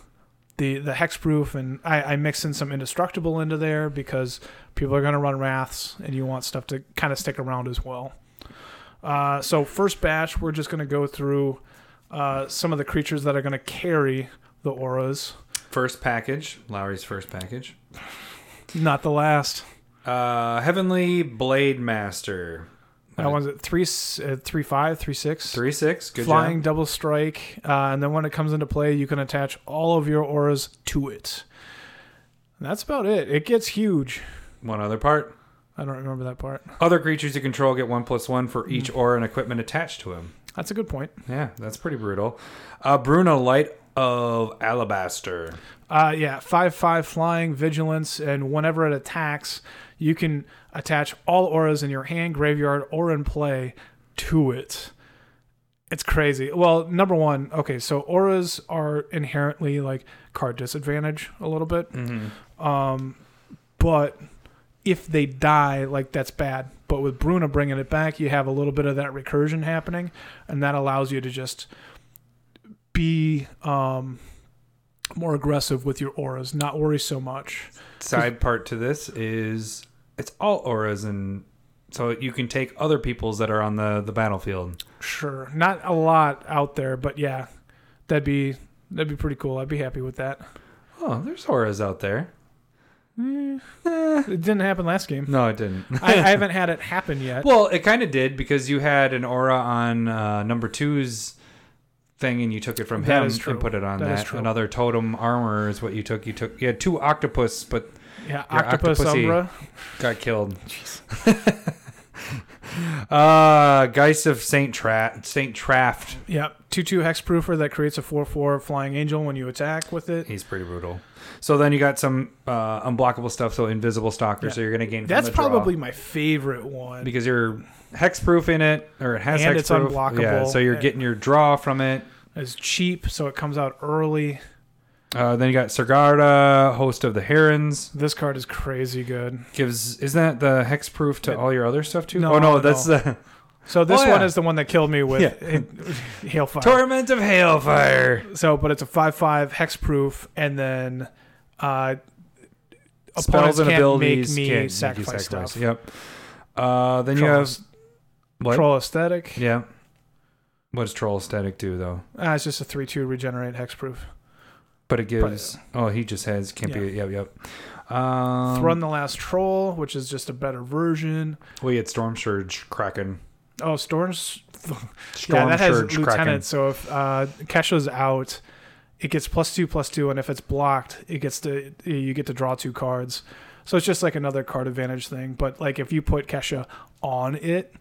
the the hexproof and I, I mix in some indestructible into there because people are going to run wraths and you want stuff to kind of stick around as well. Uh, so first batch, we're just going to go through uh, some of the creatures that are going to carry the auras,
First package, Lowry's first package.
not the last.
Uh, Heavenly Blade Master,
That one's at three, s- uh, three five, three six.
three six. Good
flying
job.
double strike, uh, and then when it comes into play, you can attach all of your auras to it. And that's about it. It gets huge.
One other part.
I don't remember that part.
Other creatures you control get one plus one for each aura and equipment attached to him.
That's a good point.
Mm-hmm. Yeah, that's pretty brutal. Uh, Bruno Light of Alabaster.
Uh, yeah, five five flying vigilance, and whenever it attacks, you can attach all auras in your hand, graveyard, or in play to it. It's crazy. Well, number one, okay, so auras are inherently like card disadvantage a little bit, um, but if they die, like that's bad. But with Bruna bringing it back, you have a little bit of that recursion happening, and that allows you to just be um, more aggressive with your auras, not worry so much.
Side part to this is it's all auras and so you can take other people's that are on the, the battlefield.
Sure, not a lot out there, but yeah, that'd be that'd be pretty cool. I'd be happy with that.
Oh, there's auras out there.
It didn't happen last game.
No, it
[laughs]
didn't.
I, I haven't had it happen yet.
well, it kind of did because you had an aura on uh, number two's thing and you took it from
That
him
is true.
and put it on
That
that.
is true.
Another totem armor is what you took. You took you had two octopus but
yeah,
your
octopus
octopussy.
umbra.
got killed. [laughs] uh Geist of Saint Tra- Saint Traft.
Yeah, two two hex proofer that creates a four four flying angel when you attack with it.
He's pretty brutal. So then you got some uh, unblockable stuff, so invisible stalker. So you're gonna gain. from
That's
the draw.
probably my favorite one.
because you're hexproof in it, or it has
And
hexproof.
it's unblockable.
Yeah, so you're getting your draw from it.
It's cheap, so it comes out early.
Uh, then you got Sergarda, host of the Herons.
This card is crazy good.
Gives isn't that the hexproof to all your other stuff too?
No,
oh no,
no.
that's the
So this
Oh, yeah.
one is the one that killed me with
Yeah.
[laughs]
[laughs]
hailfire.
torment of hailfire.
So, but it's a five-five hexproof, and then uh, opponents
Spells and
can't
abilities
make me
can't make you
sacrifice, stuff.
Yep. Uh, then you
Troll,
have what?
troll aesthetic.
Yeah. What does troll static do though?
Ah, it's just a three-two regenerate hexproof.
But it gives. oh, he just has can't be. Yep, yep. Um,
Thrun the last troll, which is just a better version.
We had Storm Surge Kraken.
Oh, storms.
Storm
Yeah, that has
Surge
lieutenant.
Kraken.
So if uh, Kesha's out, it gets plus two plus two, and if it's blocked, it gets to you get to draw two cards. So it's just like another card advantage thing. But like if you put Kesha on it,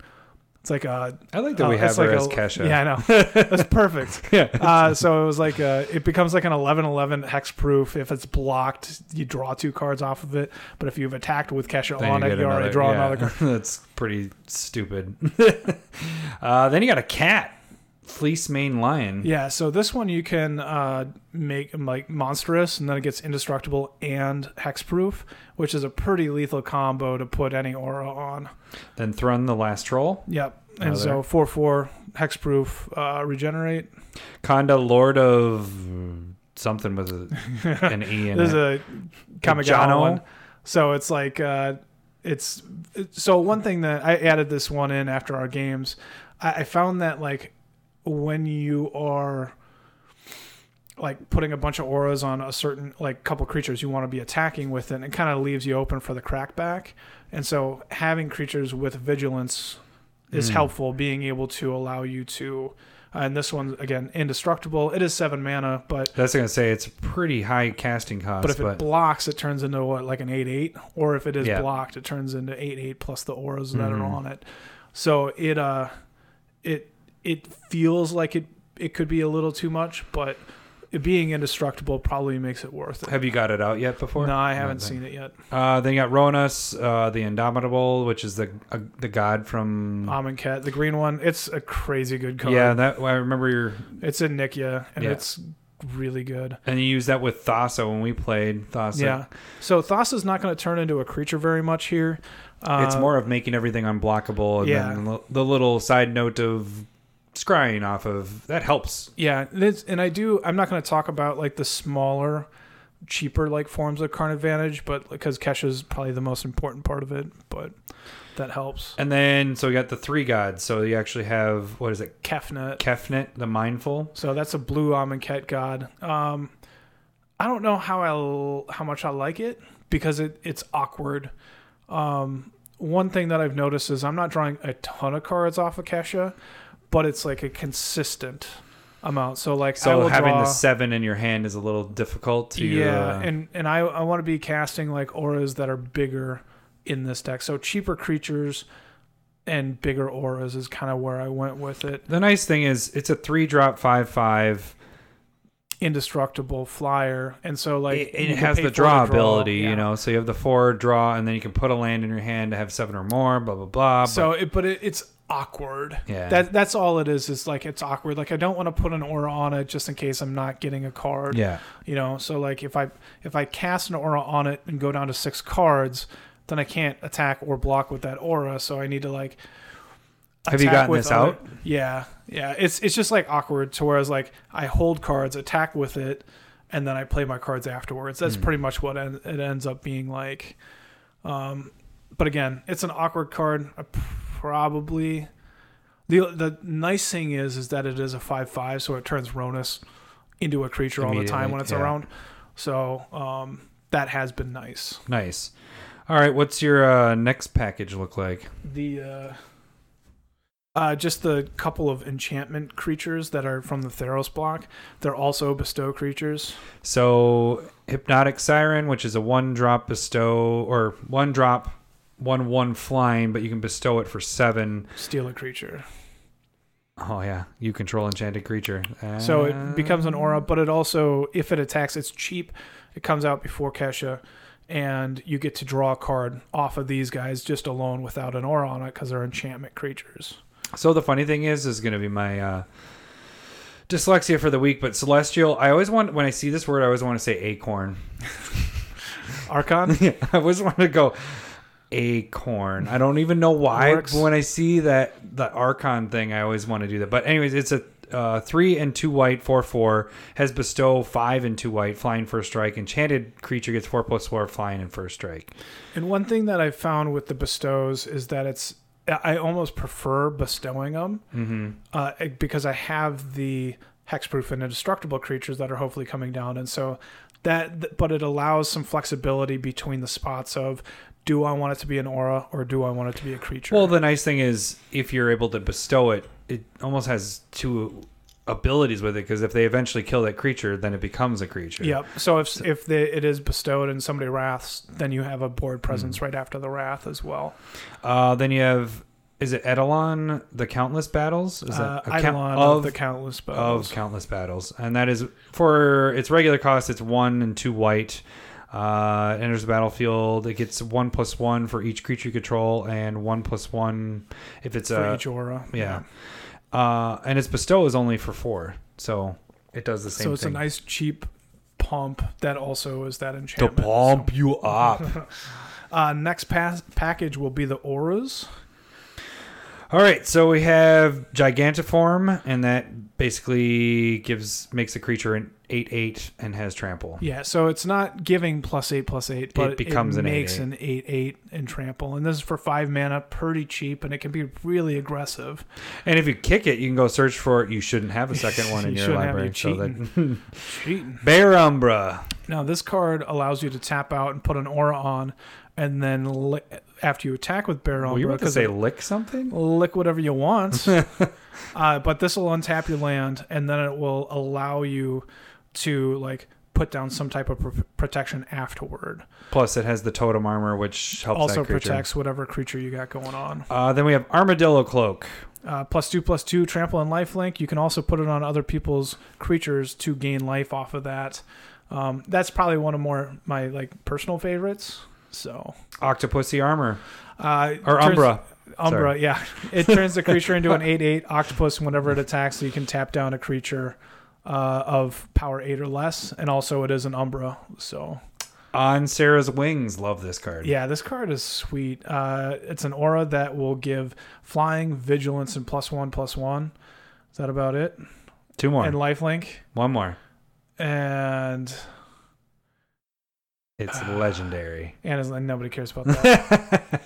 it's like a
I like that
Oh,
we have
it's
her
like
as
a-
Kesha.
Yeah, I know. That's perfect.
[laughs] Yeah.
Uh, so it was like uh it becomes like an 11-11 hex proof. If it's blocked, you draw two cards off of it. But if you've attacked with Kesha
Then
on
you
it,
get
you already
another-
draw
yeah. [laughs]
another card.
That's pretty stupid. [laughs] uh, then you got a cat, fleece mane lion.
Yeah. So this one you can uh, make like monstrous, and then it gets indestructible and hex proof, which is a pretty lethal combo to put any aura on.
Then Thrun the last troll,
Yep. And
Another.
so four four hex proof uh, regenerate.
Conda lord of uh, something with
[laughs]
a, an e in
There's
it.
a Kamigawa
Jono?
one. So it's like uh, it's it- so one thing that I added this one in after our games. I, I found that like when you are like putting a bunch of auras on a certain like couple creatures you want to be attacking with, and it kind of leaves you open for the crackback. And so having creatures with vigilance
Hmm.
is helpful, being able to allow you to. uh, and this one again indestructible. It is seven mana, but
That's gonna say it's a pretty high casting cost,
but if
but
it blocks, it turns into what, like an eight eight, or if it is
Yeah. Mm-hmm.
blocked, it turns into eight eight plus the auras that are on it. So it uh, it it feels like it it could be a little too much, but it being indestructible probably makes it worth it.
have you got it out yet before?
No, I
Not
haven't
then.
seen it yet.
Uh, then you got Ronas, uh, the Indomitable, which is the uh, the god from.
Almond Cat, the green one, it's a crazy good card.
yeah, that I remember your
it's in Nikia, and
Yeah.
it's really good.
and you used that with Thassa when we played Thassa.
yeah. So Thassa's not going to turn into a creature very much here. Uh,
it's more of making everything unblockable, and
yeah.
then the- the little side note of scrying off of that helps.
Yeah, and it's- and I do. I'm not going to talk about like the smaller, cheaper like forms of card advantage, but because Kesha is probably the most important part of it, but that helps.
And then so we got the three gods. So you actually have what is it,
Kefnet.
Kefnet, the mindful.
So that's a blue Amonkhet god. Um, I don't know how I l- how much I like it because it it's awkward. Um, one thing that I've noticed is I'm not drawing a ton of cards off of Kesha, but it's like a consistent amount. So like I
So
will
having
draw,
the seven in your hand is a little difficult to.
yeah
uh,
and and i i want to be casting like auras that are bigger in this deck so cheaper creatures and bigger auras is kind of where i went with it
the nice thing is it's a three drop five five.
indestructible flyer and so like
it,
you
it
can
has
pay
the
four to
draw ability,
yeah.
you know. So you have the four draw, and then you can put a land in your hand to have seven or more. Blah blah blah.
so it but it, it's awkward
Yeah.
that that's all it is is like it's awkward like i don't want to put an aura on it just in case i'm not getting a card
but, yeah,
you know so like if i if i cast an aura on it and go down to six cards then i can't attack or block with that aura so i need to like
Have you
attack
gotten
with
this
other-
out?
yeah yeah it's it's just like awkward to whereas like i hold cards attack with it and then i play my cards afterwards
Hmm.
that's pretty much what en- it ends up being like um but again it's an awkward card I probably the the nice thing is is that it is a 5-5 so it turns ronus into a creature all the time
Immediately,
when it's
yeah.
around so um that has been nice
nice. All right, what's your uh, next package look like?
the uh uh, just the couple of enchantment creatures that are from the Theros block. They're also bestow creatures.
So hypnotic siren, which is a one drop bestow or one drop, one one flying, but you can bestow it for seven.
Steal a creature.
Oh yeah, you control enchanted creature.
So
Uh,
it becomes an aura, but it also, if it attacks, it's cheap. It comes out before Kesha, and you get to draw a card off of these guys just alone without an aura on it because they're enchantment creatures.
So the funny thing is, is going to be my uh, dyslexia for the week. But celestial, I always want when I see this word, I always want to say acorn.
Archon?
Yeah, [laughs] I always want to go acorn. I don't even know why.
Works.
But when I see that the archon thing, I always want to do that. But anyways, it's a uh, three and two white four four has bestow five and two white flying first strike. Enchanted creature gets four plus four flying and first strike.
and one thing that I found with the bestows is that it's, I I almost prefer bestowing them
Mm-hmm.
uh, because I have the hexproof and indestructible creatures that are hopefully coming down, and so that. th- But it allows some flexibility between the spots of do I want it to be an aura or do I want it to be a creature?
Well, the nice thing is if you're able to bestow it, it almost has two abilities with it because if they eventually kill that creature, then it becomes a creature.
yep. So if if the, it is bestowed and somebody wraths, then you have a board
Mm-hmm.
presence right after the wrath as well.
Uh, then you have is it Eidolon, the countless battles? Is
Uh,
a count
Eidolon of, the countless
of
battles.
countless battles, and that is for its regular cost. It's one and two white. Uh, it enters the battlefield. It gets one plus one for each creature you control, and one plus one if it's
for
a
each aura.
yeah. Uh, and its bestow is only for four, so it does the same.
So it's
thing.
a nice cheap pump that also is that
to
enchantment.
pump you
[laughs]
up.
Uh, next pass package will be the auras.
All right, so we have Gigantiform, and that basically gives makes a creature an eight eight and has trample.
Yeah, so it's not giving plus eight plus eight, but it
becomes an
makes
8-8.
an eight eight and trample, and this is for five mana, pretty cheap, and it can be really aggressive.
And if you kick it, you can go search for it. You shouldn't have a
[laughs]
second one in
You
your
shouldn't have
library.
you
So [laughs] that
Cheating.
Bear Umbra.
Now this card allows you to tap out and put an aura on, and then li- after you attack with Bear
Were you
Umbra,
about to
because
say lick something?
lick whatever
[laughs]
you want. uh, but this will untap your land, and then it will allow you to like put down some type of pr- protection afterward.
Plus, it has the totem armor, which helps
also
that creature.
protects whatever creature you got going on.
Uh, then we have Armadillo Cloak.
Uh, plus two, plus two, trample and lifelink. You can also put it on other people's creatures to gain life off of that. Um, that's probably one of more my like personal favorites. So,
Octopussy Armor.
uh,
Or
turns-
Umbra.
Umbra,
Sorry.
yeah. [laughs] It turns the creature into an 8 8 octopus whenever it attacks, so you can tap down a creature uh, of power 8 or less. And also, it is an Umbra. So,
On Sarah's Wings. Love this card.
yeah, this card is sweet. Uh, it's an aura that will give flying, vigilance, and plus one, plus one. Is that about it?
Two more.
And lifelink.
One more.
And. [sighs]
It's
[laughs]
legendary.
And, is- and nobody
[laughs]
cares about that.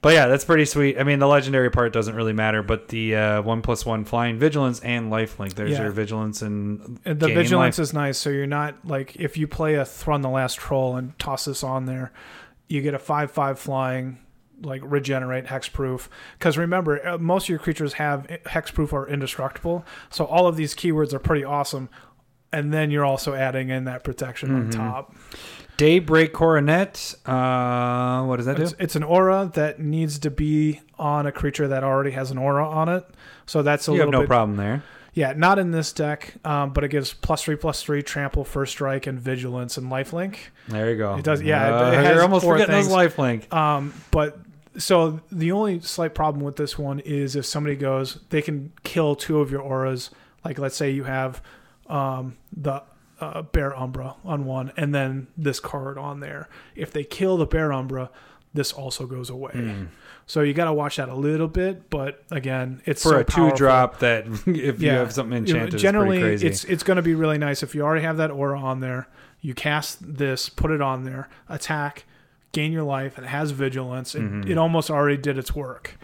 but yeah, that's pretty sweet. I mean, the legendary part doesn't really matter, but the uh, one plus one flying vigilance and lifelink. There's
Yeah.
your vigilance and
And the
gain
vigilance
life.
is nice, so you're not like if you play a Thrun the Last Troll and toss this on there, you get a five five flying, like regenerate hexproof. Because remember, uh, most of your creatures have eh, hexproof or indestructible, so all of these keywords are pretty awesome. And then you're also adding in that protection
Mm-hmm.
on top.
Daybreak Coronet. Uh, what does that do?
It's, it's an aura that needs to be on a creature that already has an aura on it, so that's a
You
little
have no
bit
problem there.
Yeah, not in this deck, um, but it gives plus three, plus three, trample, first strike, and vigilance and lifelink.
There you go.
It does- yeah, it-
Uh,
it has
you're almost
four
forgetting
things.
those lifelink.
Um, but so the only slight problem with this one is if somebody goes, they can kill two of your auras. Like let's say you have um, the uh, bear umbra on one, and then this card on there. If they kill the bear umbra, this also goes away.
Mm. Hmm.
So you got to watch that a little bit. But again, it's
for
so
a two
powerful.
drop that [laughs] if you have something
You know,
enchanted,
generally
it's pretty crazy.
it's it's going to be really nice if you already have that aura on there. You cast this, put it on there, attack, gain your life, and it has vigilance. It,
Mm-hmm.
it almost already did its work.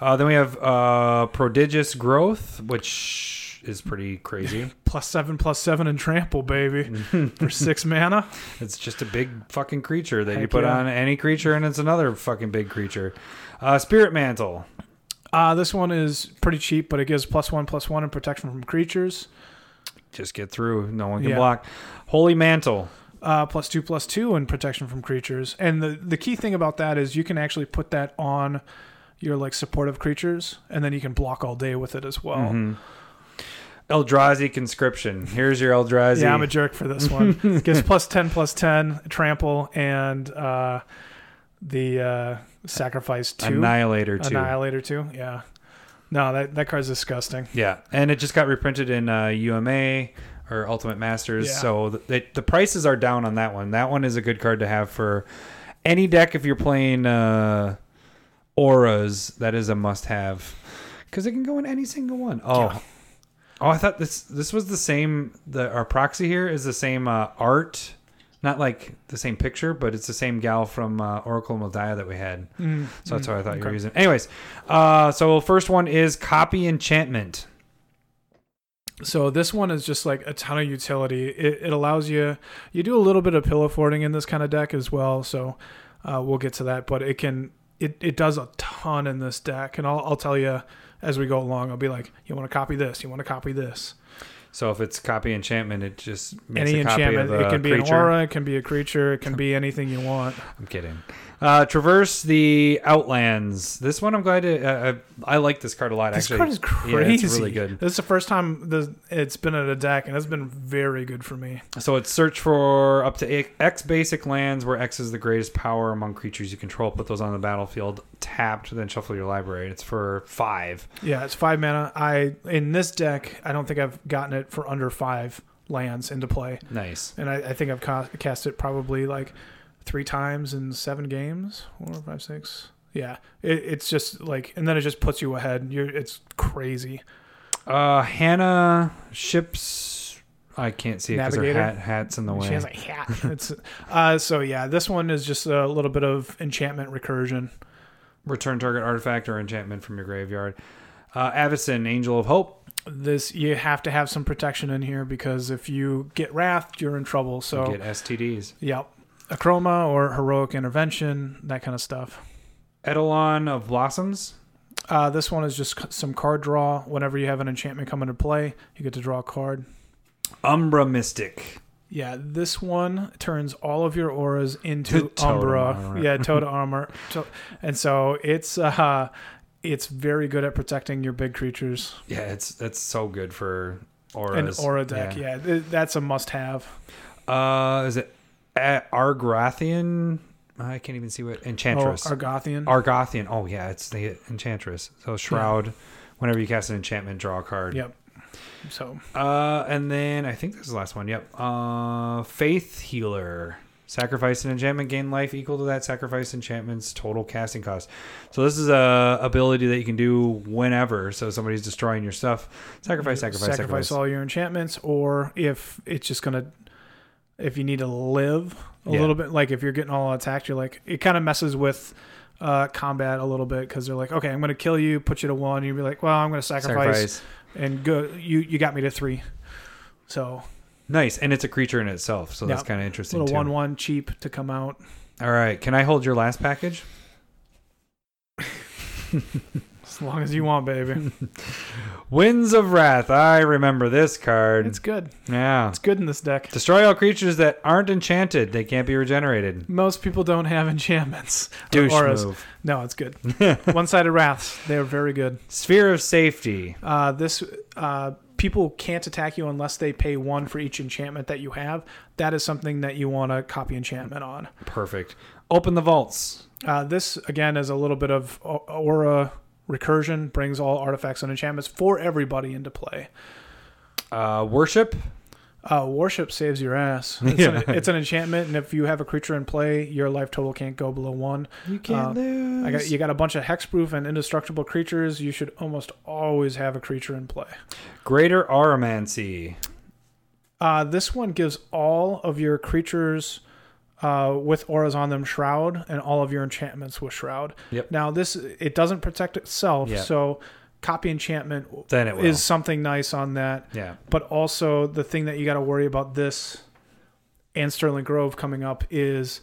uh, then we have uh, prodigious growth, which is pretty
[laughs]
crazy.
Plus seven, plus seven, and
[laughs]
trample, baby, for six mana.
It's just a big fucking creature that you
Heck
put
yeah.
on any creature, and it's another fucking big creature. Uh, Spirit Mantle.
Uh, this one is pretty cheap, but it gives plus one, plus one, and protection from creatures.
Just get through. No one can
Yeah.
block. Holy Mantle.
uh, plus two plus two and protection from creatures. And the the key thing about that is you can actually put that on your like supportive creatures, and then you can block all day with it as well.
Mm-hmm. Eldrazi Conscription. Here's your Eldrazi.
Yeah, I'm a jerk for this one. It Gives plus ten plus ten trample and uh, the uh, sacrifice two
Annihilator 2.
annihilator two. Yeah, no, that that card's disgusting.
yeah. And it just got reprinted in uh, UMA or Ultimate Masters.
Yeah.
So th- they, the prices are down on that one. That one is a good card to have for any deck if you're playing uh, Auras. That is a must have because it can go in any single one. Oh. Oh, I thought this this was the same. The our proxy here is the same uh, art, not like the same picture, but it's the same gal from uh, Oracle Moldiah that we had. so that's what I thought you were
Mm-hmm. okay.
using. Anyways, uh, so first one is copy enchantment.
So this one is just like a ton of utility. It, it allows you you do a little bit of pillow forting in this kind of deck as well. So uh, we'll get to that, but it can it, it does a ton in this deck, and I'll I'll tell you as we go along. I'll be like, you want to copy this, you want to copy this.
So if it's copy enchantment, it just makes
Any
a copy
enchantment,
Of the
it can be
creature.
an aura, it can be a creature, it can be anything you want.
I'm kidding. Uh, traverse the outlands. This one I'm glad to. Uh, I, I like this card a lot.
This
actually,
card is crazy.
Yeah, it's really good.
This is the first time the it's been in a deck, and it's been very good for me.
So it's search for up to X basic lands where X is the greatest power among creatures you control. Put those on the battlefield tapped, then shuffle your library. It's for five.
Yeah, it's five mana. I in this deck, I don't think I've gotten it for under five lands into play,
Nice.
and I, I think I've ca- cast it probably like three times in seven games, four, five, six. Yeah, it, it's just like, and then it just puts you ahead. You're, it's crazy.
Uh, Hannah ships I can't see it because her
Navigator?
hat hat's in the way.
She has a hat. It's uh, so yeah. This one is just a little bit of enchantment recursion.
Return target artifact or enchantment from your graveyard. Uh, Avison, Angel of Hope.
This you have to have some protection in here because if you get wrathed, you're in trouble. So
Get STDs.
yep, acroma or heroic intervention, that kind of stuff.
Eidolon of Blossoms.
Uh, this one is just c- some card draw. Whenever you have an enchantment come into play, you get to draw a card.
Umbra Mystic.
Yeah, this one turns all of your auras
To [laughs]
into
totem
umbra.
armor. [laughs]
Yeah, totem armor. To- and so it's uh, it's very good at protecting your big creatures.
Yeah, it's that's so good for
An
auras.
aura deck, yeah, th- that's a must-have.
Uh, is it A- Argrathian? I can't even see what
Oh,
enchantress.
Argothian.
Argothian. Oh yeah, it's the enchantress. So shroud. Whenever you cast an enchantment, draw a card.
yep. So
Uh, and then I think this is the last one. Yep. Uh, faith healer. Sacrifice an enchantment, gain life equal to that sacrifice enchantment's total casting cost. So this is a ability that you can do whenever. So somebody's destroying your stuff. Sacrifice, sacrifice,
sacrifice,
sacrifice.
all your enchantments, or if it's just gonna, if you need to live a
Yeah.
little bit, like if you're getting all attacked, you're like it kind of messes with uh, combat a little bit because they're like, okay, I'm gonna kill you, put you to one, you'd be like, well, I'm gonna sacrifice,
sacrifice.
and go, you you got me to three, so
Nice, and it's a creature in itself, so that's
Yeah.
kind of interesting
little
too.
one one cheap to come out. [laughs]
All right, can I hold your last package? [laughs]
As long as you want, baby.
Winds of Wrath. I remember this card.
It's good.
yeah.
It's good in this deck.
Destroy all creatures that aren't enchanted. They can't be regenerated.
Most people don't have enchantments. [laughs] or
Douche
auras.
move.
No, it's good. One-sided wraths. They're very good.
[laughs] Sphere of Safety.
Uh, this uh, people can't attack you unless they pay one for each enchantment that you have. That is something that you want to copy enchantment on.
Perfect. Open the vaults.
Uh, this again is a little bit of au- aura recursion. Brings all artifacts and enchantments for everybody into play.
Uh, worship.
Uh, worship saves your ass. It's, an, it's an enchantment, and if you have a creature in play, your life total can't go below one.
You
can't
lose.
I got, you got a bunch of hexproof and indestructible creatures. You should almost always have a creature in play.
Greater Auromancy.
Uh, this one gives all of your creatures uh, with auras on them shroud, and all of your enchantments with shroud.
Yep.
Now this it doesn't protect itself,
Yeah.
so copy enchantment
Then it will.
is something nice on that.
yeah.
But also the thing that you got to worry about this and Sterling Grove coming up is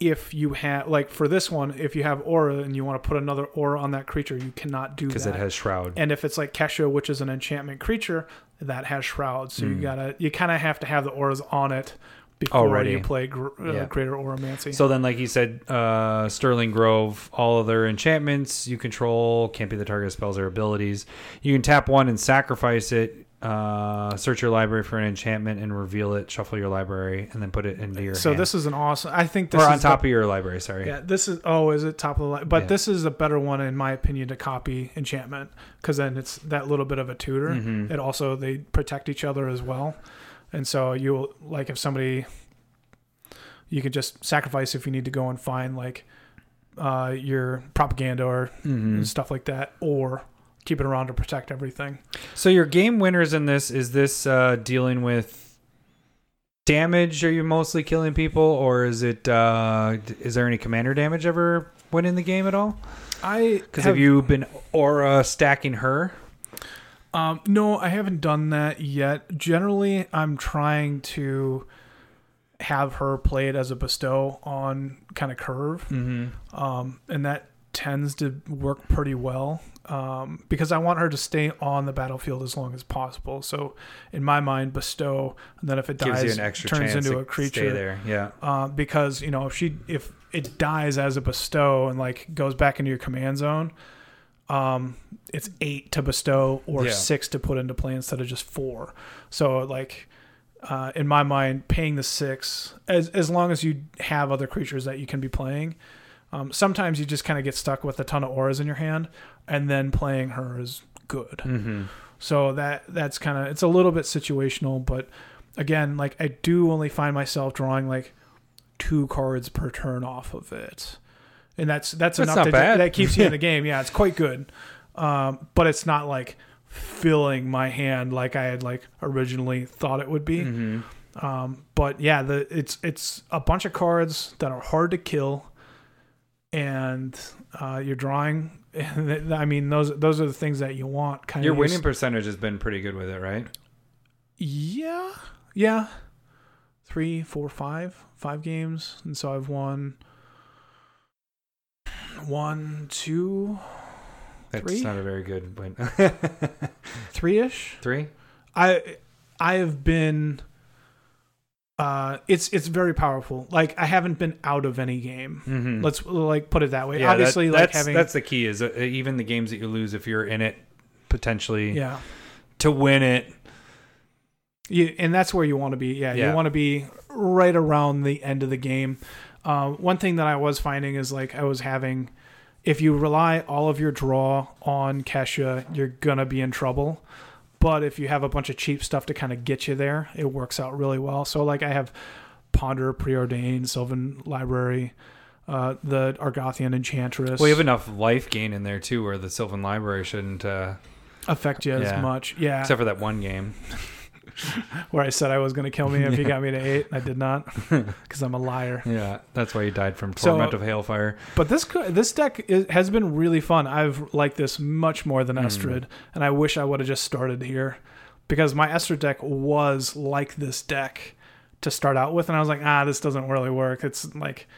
if you have like for this one, if you have aura and you want to put another aura on that creature, you cannot do that.
Because it has Shroud.
And if it's like Kesha, which is an enchantment creature, that has shrouds,
Hmm.
so you gotta you kind of have to have the auras on it before
Already.
you play gr- uh,
Yeah.
Greater Oromancy.
So then, like you said, uh, Sterling Grove, all other enchantments you control can't be the target of spells or abilities. You can tap one and sacrifice it. Uh, search your library for an enchantment and reveal it. Shuffle your library and then put it into your
So
hand.
this is an awesome. I think
or
this
on
is
top
The,
of your library. Sorry.
yeah, this is oh, is it top of the line? But
Yeah.
this is a better one in my opinion to copy enchantment because then it's that little bit of a tutor.
Mm-hmm.
It also they protect each other as well, and so you like if somebody, you could just sacrifice if you need to go and find like uh, your propaganda or
Mm.
and stuff like that, or keep it around to protect everything.
So your game winners in this is this uh, dealing with damage? Are you mostly killing people, or is it? Uh, d- is there any commander damage ever win in the game at all?
I
Because have you been aura stacking her?
Um, no, I haven't done that yet. Generally, I'm trying to have her played as a bestow on kind of curve,
Mm-hmm.
um, and that tends to work pretty well um, because I want her to stay on the battlefield as long as possible. So, in my mind, bestow, and then if it
Gives
dies,
you an extra
turns
chance
into
to
a creature.
Stay there, yeah.
uh, because you know if she if it dies as a bestow and like goes back into your command zone um it's eight to bestow or
Yeah.
six to put into play instead of just four so like uh, in my mind paying the six as as long as you have other creatures that you can be playing um, sometimes you just kind of get stuck with a ton of auras in your hand and then playing her is good
Mm-hmm.
so that that's kind of it's a little bit situational, but again, like I do only find myself drawing like two cards per turn off of it, and that's that's,
That's
enough
not
to,
bad. [laughs]
that keeps you in the game. Yeah, it's quite good, um, but it's not like filling my hand like I had like originally thought it would be.
Hmm. Mm-hmm.
Um, but yeah, the it's it's a bunch of cards that are hard to kill, and uh, you're drawing. [laughs] I mean, those those are the things that you want. Kind
Your
of
winning percentage has been pretty good with it, right?
yeah, yeah. Three, four, five, five games, and so I've won one, two,
That's
Three?
not a very good
[laughs]
win.
three ish.
Three?
I I have been. Uh, it's it's very powerful. Like I haven't been out of any game.
Mm-hmm.
Let's like put it that way.
Yeah, that-
Obviously, like
that's,
having
that's the key is uh, even the games that you lose if you're in it potentially
yeah.
to win it.
You, and that's where you want to be. Yeah,
Yeah.
you want to be right around the end of the game. Uh, one thing that I was finding is like I was having, if you rely all of your draw on Kesha, you're gonna be in trouble. But if you have a bunch of cheap stuff to kind of get you there, it works out really well. So like I have Ponder, Preordained, Sylvan Library, uh, the Argothian Enchantress.
Well, you have enough life gain in there too, where the Sylvan Library shouldn't, uh,
affect you
Yeah.
as much. Yeah,
except for that one game.
where I said I was gonna kill me
[laughs]
if you got me to eight, and I did not [laughs] because I'm a liar.
Yeah, that's why you died from
So-
torment of hailfire.
But this co- this deck is, has been really fun. I've liked this much more
Hmm.
than Estrid, and I wish I would have just started here because my Estrid deck was like this deck to start out with, and I was like, ah, this doesn't really work. It's like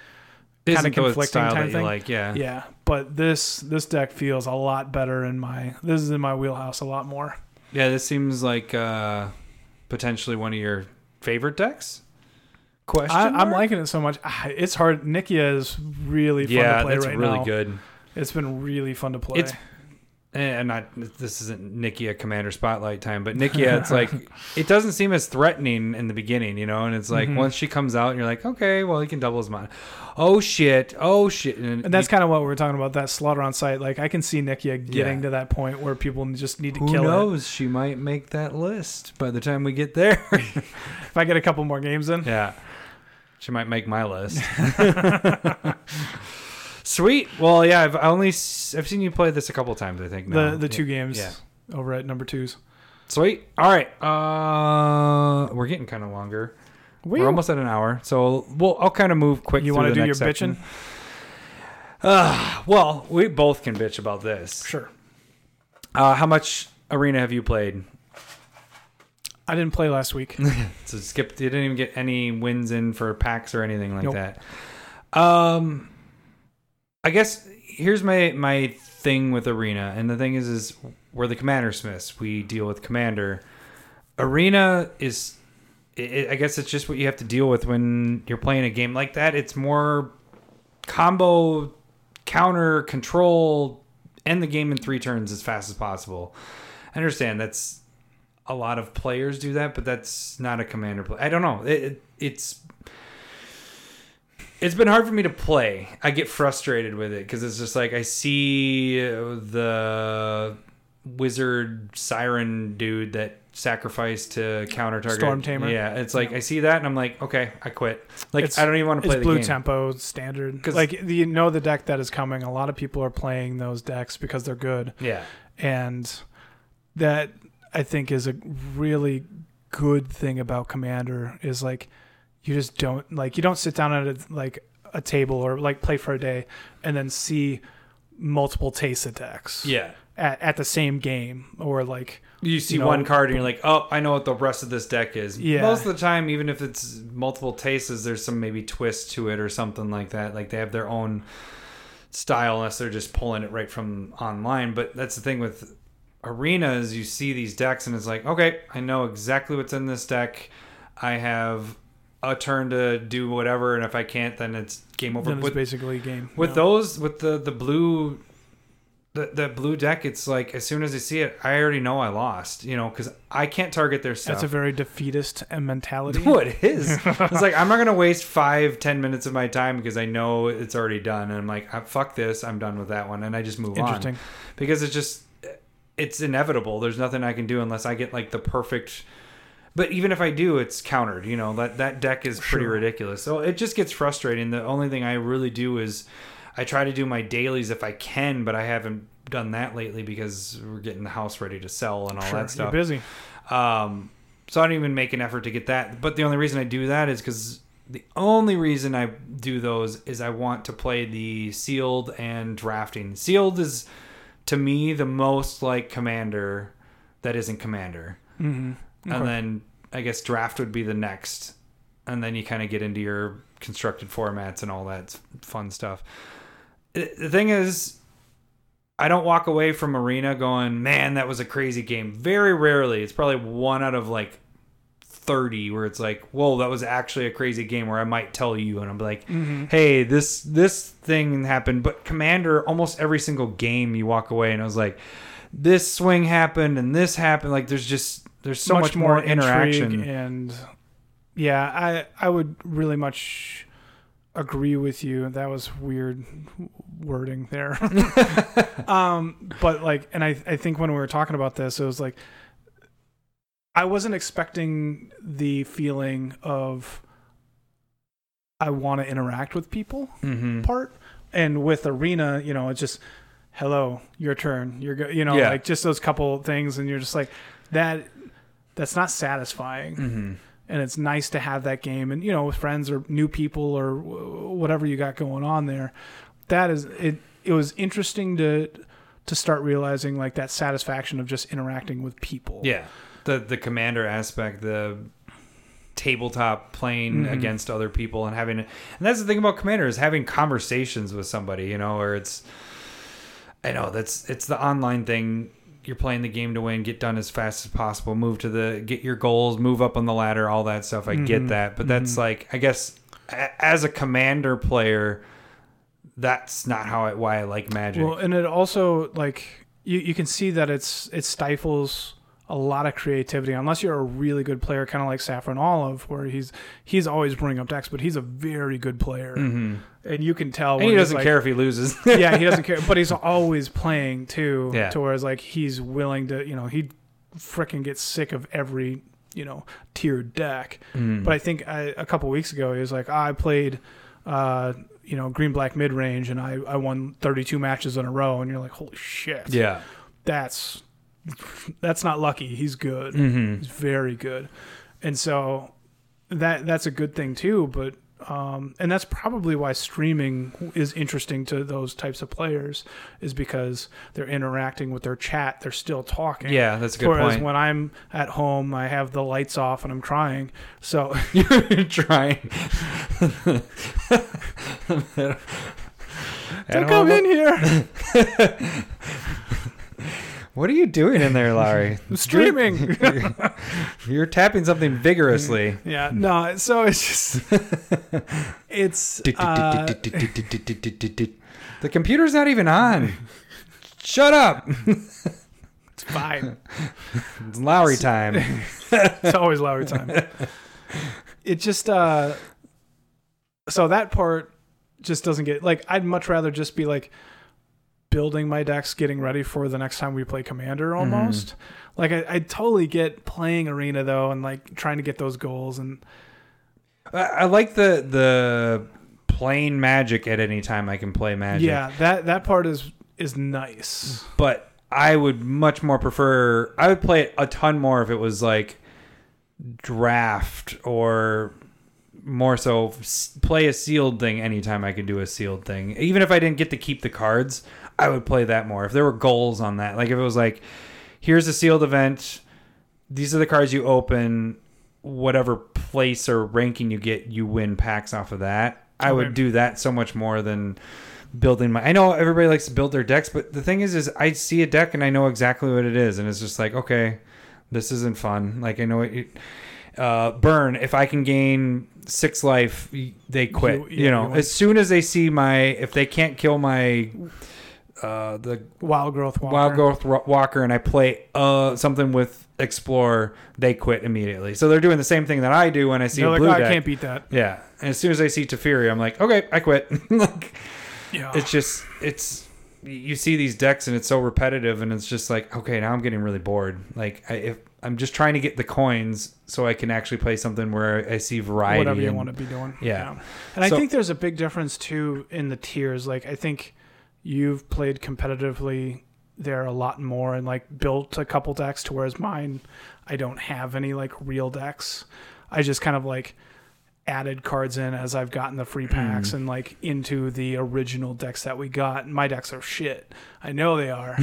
Isn't
kinda
though its
conflicting
style
type
that you
thing.
like, yeah.
yeah, but this this deck feels a lot better in my this is in my wheelhouse a lot more.
Yeah, this seems like uh, potentially one of your favorite decks. Question?
I, I'm
mark?
liking it so much. Ah, It's hard. Nikia is really fun
yeah,
to play
that's
right
really
now.
good.
It's been really fun to play.
It's- Eh, I'm not. This isn't Nikia Commander Spotlight time, but Nikia, it's
[laughs]
like it doesn't seem as threatening in the beginning, you know. And it's
Mm-hmm.
like once she comes out, and you're like, okay, well, he can double his mana. Oh shit! Oh shit!
And that's kind of what we were talking about that slaughter on site. Like I can see Nikia getting
Yeah.
to that point where people just need to
who
kill
knows? She might make that list by the time we get there.
it. If I get a couple more games in,
[laughs] yeah, she might make my [laughs] list. Sweet. Well, yeah, I've I only s- I've seen you play this a couple times. I think now.
the the two
Yeah.
games
Yeah.
over at number twos.
Sweet. All right. Uh, we're getting kind of longer.
We
We're almost at an hour, so we'll I'll kind of move quick.
You
want to
do your bitching?
Uh, well, we both can bitch about this.
Sure.
Uh, how much arena have you played?
I didn't play
[laughs]
last week.
So skip. You didn't even get any wins in for packs or anything like
Nope.
that. Um, I guess here's my my thing with arena, and the thing is, is we're the commander smiths. We deal with commander. Arena is, i I guess, it's just what you have to deal with when you're playing a game like that. It's more combo, counter, control, end the game in three turns as fast as possible. I understand that's a lot of players do that, but that's not a commander play. I don't know. It, it, it's it's been hard for me to play. I get frustrated with it because it's just like I see uh, the wizard siren dude that sacrificed to counter target
Storm Tamer.
Yeah, it's like I see that and I'm like, okay, I quit. Like
It's-
I don't even want to
It's
play the
blue
game.
tempo standard.
'Cause-
Like you know the deck that is coming. A lot of people are playing those decks because they're good,
Yeah.
and that I think is a really good thing about Commander is like you just don't like you don't sit down at a, like a table or like play for a day and then see multiple taste attacks
Yeah.
at, at the same game or like
you see
you know,
one card and you're like, oh, I know what the rest of this deck is.
Yeah.
Most of the time, even if it's multiple tastes, there's some maybe twist to it or something like that. Like they have their own style unless they're just pulling it right from online. But that's the thing with arenas, you see these decks and it's like, okay, I know exactly what's in this deck. I have a turn to do whatever, and if I can't, then it's game over.
then it's
With-
basically a game
with
you know?
those with the the blue the, the blue deck it's like as soon as i see it i already know i lost you know because i can't target their stuff
that's a very defeatist uh, mentality
[laughs] no, it
[laughs]
is. It's like I'm not gonna waste five, ten minutes of my time because I know it's already done, and I'm like, "Ah, fuck this, I'm done with that one, and I just move
Interesting.
on. Because it's just, it's inevitable. There's nothing I can do unless I get like the perfect. But even if I do, it's countered. You know that that deck is pretty
Sure.
ridiculous. So it just gets frustrating. The only thing I really do is. I try to do my dailies if I can, but I haven't done that lately because we're getting the house ready to sell and all
Sure,
that stuff.
You're busy.
Um, so I don't even make an effort to get that. But the only reason I do that is because the only reason I do those is I want to play the sealed and drafting. Sealed is to me the most like commander that isn't commander, mm-hmm. and then I guess draft would be the next, and then you kind of get into your constructed formats and all that fun stuff. The the thing is, I don't walk away from arena going, man, that was a crazy game. Very rarely. It's probably one out of like 30 where it's like, whoa, that was actually a crazy game where I might tell you and I'm like, hey, this this thing happened. But Commander, almost every single game you walk away and I was like, this swing happened and this happened. Like there's just there's so much, more,
intrigue
interaction. [laughs]
and yeah i i would really much agree with you that was weird wording there [laughs] um but like and i i think when we were talking about this it was like i wasn't expecting the feeling of i want to interact with people
Mhm.
part and with arena you know it's just hello your turn you're go you know
Yeah.
like just those couple things and you're just like that that's not satisfying
Mm-hmm.
and it's nice to have that game and you know with friends or new people or wh- whatever you got going on there that is it it was interesting to to start realizing like that satisfaction of just interacting with people
Yeah. The the commander aspect, the tabletop playing
Mm-hmm.
against other people and having and that's the thing about commander is having conversations with somebody, you know, or it's I know that's it's the online thing. You're playing the game to win, get done as fast as possible, move to the get your goals, move up on the ladder, all that stuff. I
Mm-hmm.
get that, but that's like I guess a- as a commander player, that's not how I why I like magic.
Well, and it also like you, you can see that it's it stifles a lot of creativity unless you're a really good player, kind of like Saffron Olive, where he's he's always bringing up decks, but he's a very good player, and you can tell.
Mm-hmm. and
when
he
he's
doesn't
like-
care if he
[laughs]
loses. [laughs]
yeah, he doesn't care, but he's always playing too.
Yeah.
To whereas like he's willing to, you know, he freaking gets sick of every, you know, tiered deck.
Mm.
But I think I, a couple weeks ago he was like, I played, uh, you know, green black mid range, and I I won 32 matches in a row, and you're like, holy shit,
yeah.
that's that's not lucky. He's good.
Mm-hmm.
He's very good. And so that that's a good thing too, but um, and that's probably why streaming is interesting to those types of players is because they're interacting with their chat, they're still talking.
Yeah, that's a good
Whereas
point.
when I'm at home, I have the lights off and I'm crying. So
You're trying.
[laughs] don't come
[laughs]
in here.
What are you doing in there, Larry?
I'm [laughs] streaming.
You're tapping something vigorously.
yeah. No. So it's
[laughs]
just it's uh,
the computer's not even on. Shut up.
it's fine.
It's Lowry time.
[laughs] it's always Lowry time. It just uh so that part just doesn't get like I'd much rather just be like building my decks, getting ready for the next time we play Commander
Mm-hmm.
almost. Like I, I totally get playing arena though and like trying to get those goals and
I, I like the the playing magic at any time I can play magic.
yeah, that that part is is nice.
but I would much more prefer. I would play it a ton more if it was like draft or more so s- play a sealed thing anytime I could do a sealed thing. Even if I didn't get to keep the cards, I would play that more. If there were goals on that, like if it was like, here's a sealed event, these are the cards you open, whatever place or ranking you get, you win packs off of that. I
Okay.
would do that so much more than building my I know everybody likes to build their decks, but the thing is is I see a deck and I know exactly what it is and it's just like, okay, this isn't fun. Like I know it uh burn if I can gain 6 life, y- they quit.
You-
You,
yeah, you
know,
win.
as soon as they see my if they can't kill my uh the
Wild growth walker.
Wild Growth Ro- Walker and I play uh something with Explorer, they quit immediately. So they're doing the same thing that I do when I see
They're
a
like,
blue
"Oh, I
deck.
can't beat that.
yeah, and as soon as I see Teferi, I'm like, okay, I quit. [laughs] like
Yeah.
it's just it's you see these decks and it's so repetitive and it's just like okay now i'm getting really bored like I, if I'm just trying to get the coins so I can actually play something where I see variety.
whatever you
and-
want to be doing.
yeah.
And
So-
I think there's a big difference too in the tiers. Like I think you've played competitively there a lot more and like built a couple decks to whereas mine I don't have any like real decks. I just kind of like added cards in as I've gotten the free packs
Mm.
and like into the original decks that we got. My decks are shit. I know
[laughs]
they are.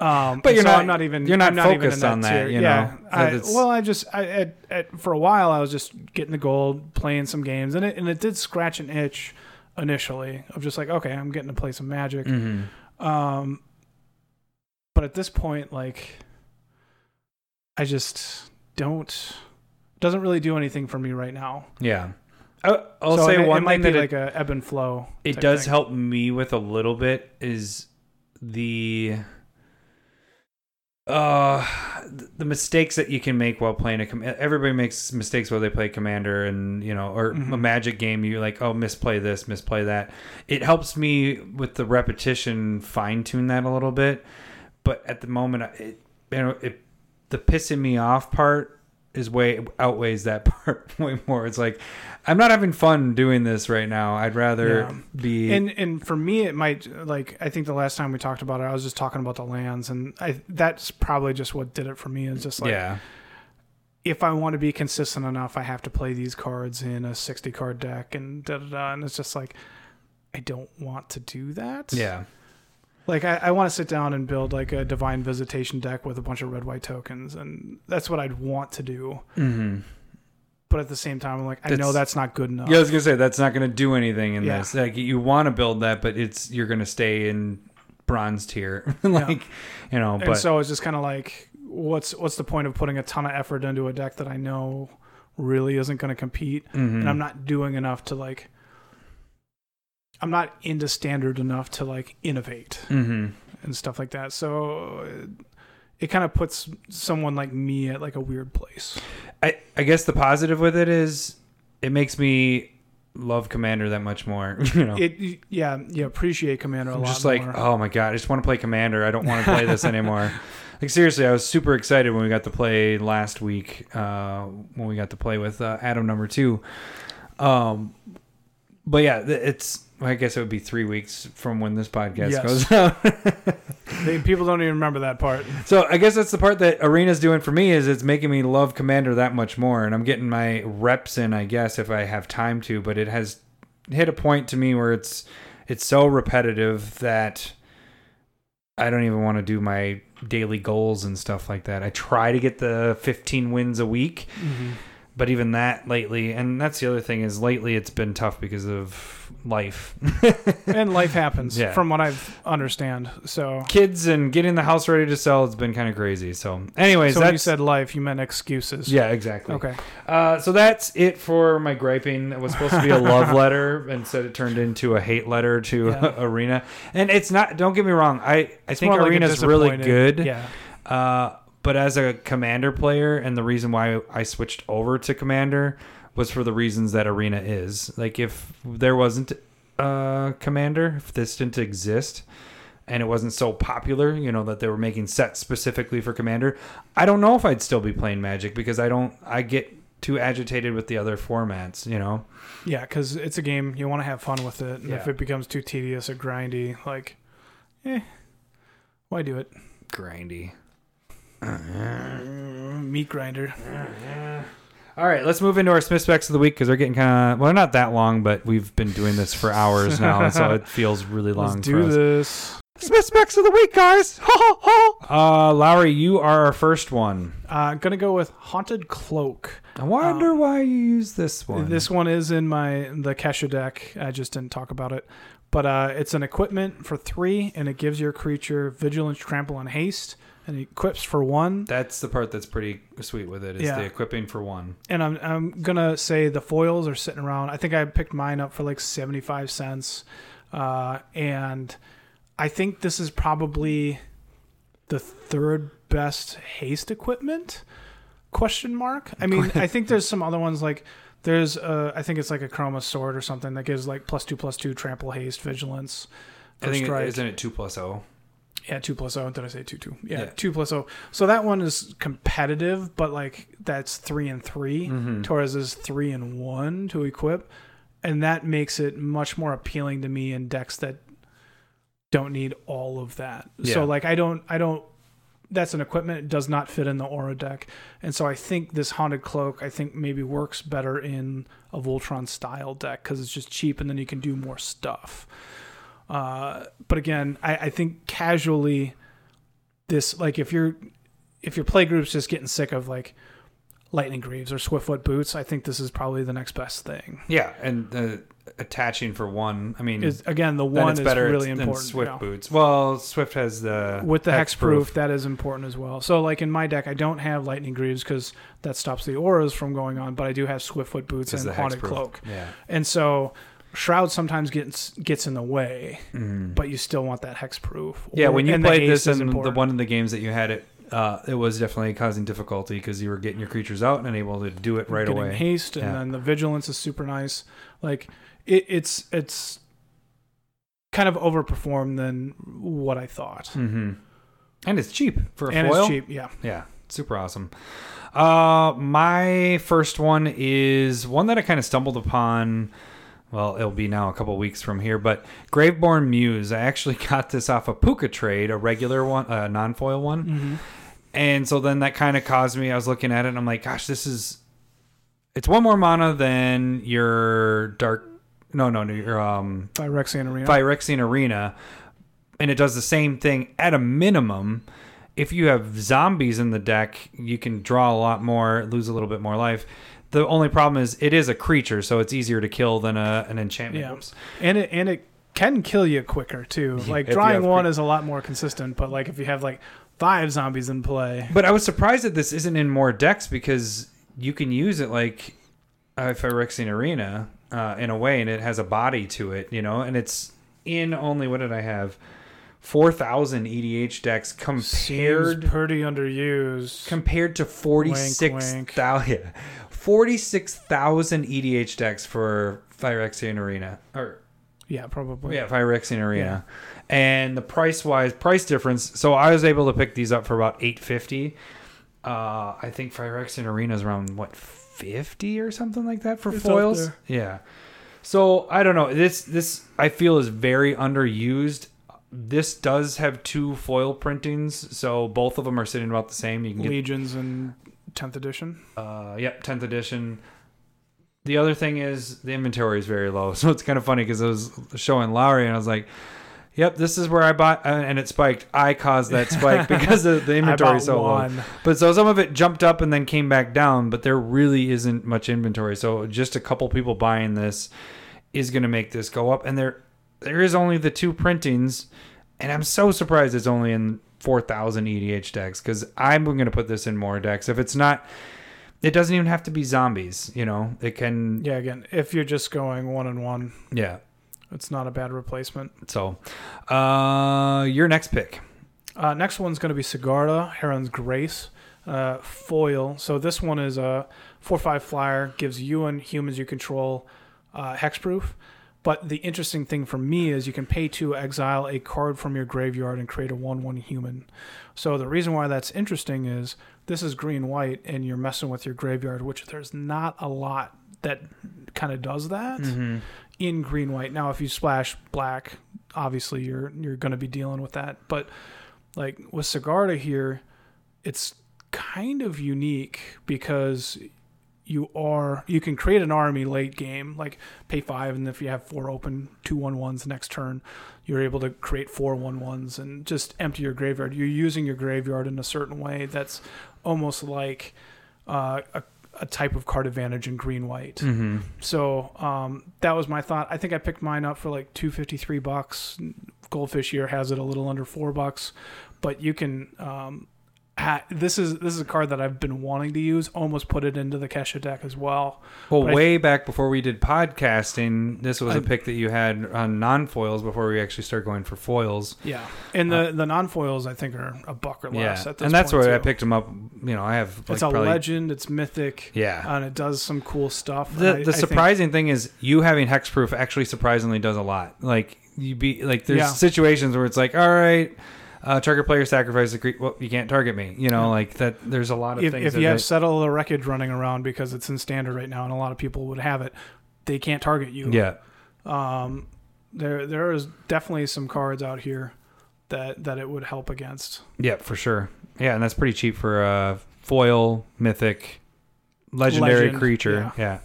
um,
But you're
so
not-
I'm not even
you're not
I'm not even
focused
in
on that,
tier.
you
yeah.
know,
I-
that it's-
well, I just I at, at, for a while I was just getting the gold, playing some games, and it and it did scratch an itch initially of just like okay, I'm getting to play some Magic.
Mhm.
Um, but at this point, like, I just don't doesn't really do anything for me right now.
Yeah. I- I'll
So
say
it,
one
it might
thing that
be
it-
like a ebb and flow.
it
type
does
thing.
help me with a little bit is the uh th- the mistakes that you can make while playing a com- everybody makes mistakes while they play commander and you know or a
Mhm.
magic game you're like oh misplay this misplay that it helps me with the repetition fine tune that a little bit but at the moment I- it you know it the pissing me off part is way outweighs that [laughs] part way more it's like i'm not having fun doing this right now i'd rather
Yeah.
be
and and for me it might like i think the last time we talked about it i was just talking about the lands and i that's probably just what did it for me is just like
yeah
if i want to be consistent enough i have to play these cards in a 60 card deck and da da da and it's just like i don't want to do that
yeah
like i, I want to sit down and build like a divine visitation deck with a bunch of red white tokens and that's what i'd want to do
mm-hmm.
but at the same time i'm like i
That's-
know that's not good enough
yeah i was gonna say that's not gonna do anything in
Yeah.
this like you want to build that but it's you're gonna stay in bronze tier [laughs] like you know
and
but
so it's just kind of like what's what's the point of putting a ton of effort into a deck that i know really isn't going to compete
mhm.
and i'm not doing enough to like i'm not into standard enough to like innovate
Mhm.
and stuff like that so it, it kind of puts someone like me at like a weird place
I, I guess the positive with it is it makes me love commander that much more [laughs] you know
it yeah you appreciate commander a
Oh. I'm
lot
just like,
more.
oh my god, I just want to play Commander. I don't want to play this
[laughs]
anymore. Like seriously, I was super excited when we got to play last week. Uh, when we got to play with uh, Adam number two. Um, but yeah, th- it's. I guess it would be three weeks from when this podcast
Yes.
goes [laughs] out.
They- people don't even remember that part
So I guess that's the part that Arena's doing for me is it's making me love Commander that much more, and I'm getting my reps in, I guess, if I have time to. But it has hit a point to me where it's it's so repetitive that I don't even want to do my daily goals and stuff like that. I try to get the 15 wins a week, but even that lately, and that's the other thing is lately it's been tough because of life, [laughs]
and life happens
Yeah.
from what i've understand so
kids, and getting the house ready to sell. It's been kind of crazy. So, anyways,
so when you
that's.
said life you meant excuses
yeah, exactly.
okay
Uh, so that's it for my griping. It was supposed to be a
[laughs]
love letter, and instead it turned into a hate letter to
Yeah.
[laughs] Arena. And it's not. Don't get me wrong. I I think
more like a
Arena's really
disappointed-
good.
yeah
Uh, but as a commander player, and the reason why I switched over to commander was for the reasons that Arena is. Like if there wasn't uh, commander, if this didn't exist. And it wasn't so popular, you know, that they were making sets specifically for Commander. I don't know if I'd still be playing Magic because I don't. I get too agitated with the other formats, you know.
Yeah, because it's a game you want to have fun with it, and if
Yeah.
it becomes too tedious or grindy, like, eh, why do it?
Grindy. Ah.
Meat grinder.
All right, let's move into our Smith specs of the week because they're getting kind of well, not that long, but we've been doing this for hours now, so it feels really long.
Let's
for
do
us.
this.
Smith specs of the week,
[laughs]
guys. Ho ho ho. Uh, Lowry, you are our first one.
Uh, gonna go with haunted cloak.
I wonder why you use this one.
Um, This one is in my the Kesha deck. I just didn't talk about it, but uh, it's an equipment for three, and it gives your creature vigilance, trample, and haste, and it equips for one.
that's the part that's pretty sweet with it. Is
Yeah.
the equipping for one.
and I'm I'm gonna say the foils are sitting around. I think I picked mine up for like seventy five cents, uh, and I think this is probably the third best haste equipment. Question mark. I mean, I think there's some other ones like there's uh, I think it's like a chroma sword or something that gives like plus two plus two trample haste vigilance.
I think it,
strike.
isn't it two plus oh? O?
Yeah, two plus zero. Did I say two two? Yeah,
Yeah.
two plus zero. So that one is competitive, but like that's three and 3
Mm-hmm.
Torres is three and one to equip, and that makes it much more appealing to me in decks that don't need all of that.
Yeah.
So like I don't I don't. That's an equipment. It does not fit in the aura deck, and so I think this haunted cloak I think maybe works better in a Voltron style deck because it's just cheap and then you can do more stuff. Uh, but again, I, I think casually, this like if you're if your play group's just getting sick of like lightning greaves or swiftfoot boots, I think this is probably the next best thing.
Yeah, and uh, attaching for one. I mean,
Is again the
Hmm. then
one
it's
is
better
really
than
important.
Swift
yeah.
boots. Well, Swift has the
With the hex proof,
proof.
that is important as well. So, like in my deck, I don't have lightning greaves because that stops the auras from going on, but I do have swiftfoot boots
Because
and
the hex
haunted
proof.
cloak.
Yeah.
And so Shroud sometimes gets gets in the way, but you still want that hex proof.
Yeah,
Or-
when you
and the
played
haste
this
is
in the
important.
one of the games that you had it, uh, it was definitely causing difficulty because you were getting your creatures out and unable to do it right
getting
away.
haste, and
Yeah.
then the vigilance is super nice. Like it, it's it's kind of overperformed than what I thought,
hmm And it's cheap for a
and
foil.
it's cheap. Yeah,
Yeah, super awesome. Uh, my first one is one that I kind of stumbled upon. Well, it'll be now a couple weeks from here, but Graveborn Muse. I actually [laughs] got this off a Puka trade, a regular one, a non-foil one, and so then that kind of caused me. I was looking at it, and I'm like, gosh, this is. It's one more mana than your dark. No, no, no. Your um,
by Rexian Arena.
Phyrexian Arena, and it does the same thing at a minimum. If you have zombies in the deck, you can draw a lot more, lose a little bit more life. The only problem is it is a creature, so it's easier to kill than a, an enchantment.
yeah,
Oops.
and it and it can kill you
[laughs]
quicker too. Like
if you have
drawing one
pre-
is a lot more consistent, but like if you have like five zombies in play,
But I was surprised that this isn't in more decks because you can use it like uh, Phyrexian Arena uh, in a way, and it has a body to it, you know, and it's in only what did I have? 4,000 EDH decks compared
seems pretty underused.
compared to
wink.
46,000 [laughs] yeah, 46,000 EDH E decks for Phyrexian Arena or
yeah, probably.
yeah, Phyrexian Arena. And the price wise price difference, so I was able to pick these up for about 850. Uh I think Phyrexian Arena is around what 50 or something like that for
It's up
foils.
there.
Yeah. So, I don't know. This this I feel is very underused. This does have two foil printings, so both of them are sitting about the same. You can get
Legions and tenth edition.
uh, yep, 10th edition. The other thing is the inventory is very low. [laughs] So it's kind of funny because I was showing Lowry and I was like, yep, this is where I bought, uh, and it spiked. I caused that spike because of the
[laughs] I
inventory
bought
is so low.
one.
But so some of it jumped up and then came back down, but there really isn't much inventory. So just a couple people buying this is going to make this go up. And there, there is only the two printings, and I'm so surprised it's only in 4,000 EDH decks because I'm going to put this in more decks. If it's not, it doesn't even have to be zombies. You know, it can.
Yeah, again, if you're just going one and one,
Yeah.
it's not a bad replacement.
So, uh, your next pick.
Uh, next one's going to be Sigarda, Heron's Grace, uh, foil. So this one is a four-five flyer, gives you and humans you control uh, hexproof. But the interesting thing for me is you can pay to exile a card from your graveyard and create a one-one human. So the reason why that's interesting is this is green-white, and you're messing with your graveyard, which there's not a lot that kind of does that
Mm-hmm.
in green white. Now, if you splash black, obviously you're you're going to be dealing with that. But like with Sigarda here, it's kind of unique because you are you can create an army late game, like pay five, and if you have four open two one ones next turn, you're able to create four one ones and just empty your graveyard. You're using your graveyard in a certain way that's almost like uh, a a type of card advantage in green white.
Mm-hmm.
So um, that was my thought. I think I picked mine up for like two fifty three bucks. Goldfish here has it a little under four bucks, but you can. Um, ha- this is this is a card that I've been wanting to use. Almost put it into the Kesha deck as well.
Well,
But I-
way back before we did podcasting, this was a
I-
pick that you had on non foils before we actually start going for foils.
Yeah, and the the non foils I think are a buck or less. at this
Uh, and that's
point,
where I
too.
picked him up. You know, I have like
It's a
probably-
legend. It's mythic.
Yeah.
and it does some cool stuff.
the
And I-
the
I think-
surprising thing is you having hexproof actually surprisingly does a lot. Like you be like there's
Yeah.
situations where it's like, all right, uh, target player sacrifice. Agree- well, you can't target me. You know, like that. There's a lot of
If,
things.
if
that
you have
they-
settle the wreckage running around because it's in standard right now, and a lot of people would have it, they can't target you.
yeah,
Um, there there is definitely some cards out here that that it would help against.
yeah, for sure. Yeah, and that's pretty cheap for a foil mythic legendary
Legend,
creature. Yeah.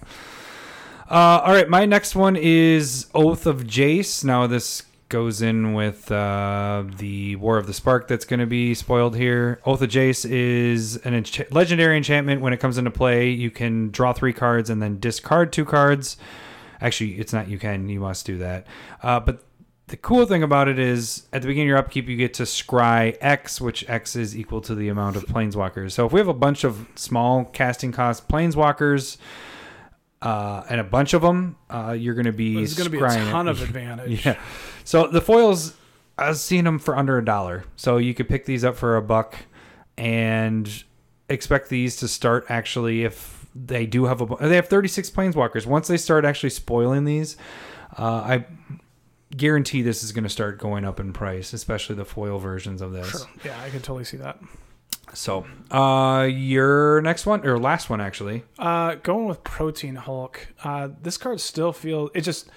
Uh, all right, my next one is Oath of Jace. Now this goes in with uh, the War of the Spark that's going to be spoiled here. Oath of Jace is an encha- legendary enchantment. When it comes into play, you can draw three cards and then discard two cards. Actually, it's not you can, you must do that. Uh, but the cool thing about it is at the beginning of your upkeep, you get to scry X, which X is equal to the amount of planeswalkers. So if we have a bunch of small casting cost planeswalkers uh, and a bunch of them, uh, you're going to be
There's going to be a
scrying it.
ton of
[laughs]
advantage.
Yeah. So the foils, I've seen them for under a dollar. So you could pick these up for a buck and expect these to start actually if they do have a bu- they have 36 planeswalkers once they start actually spoiling these uh, i guarantee this is going to start going up in price especially the foil versions of this
Sure. Yeah, I can totally see that.
so uh your next one or last one actually
Uh, going with Protein Hulk. Uh, this card still feels it just.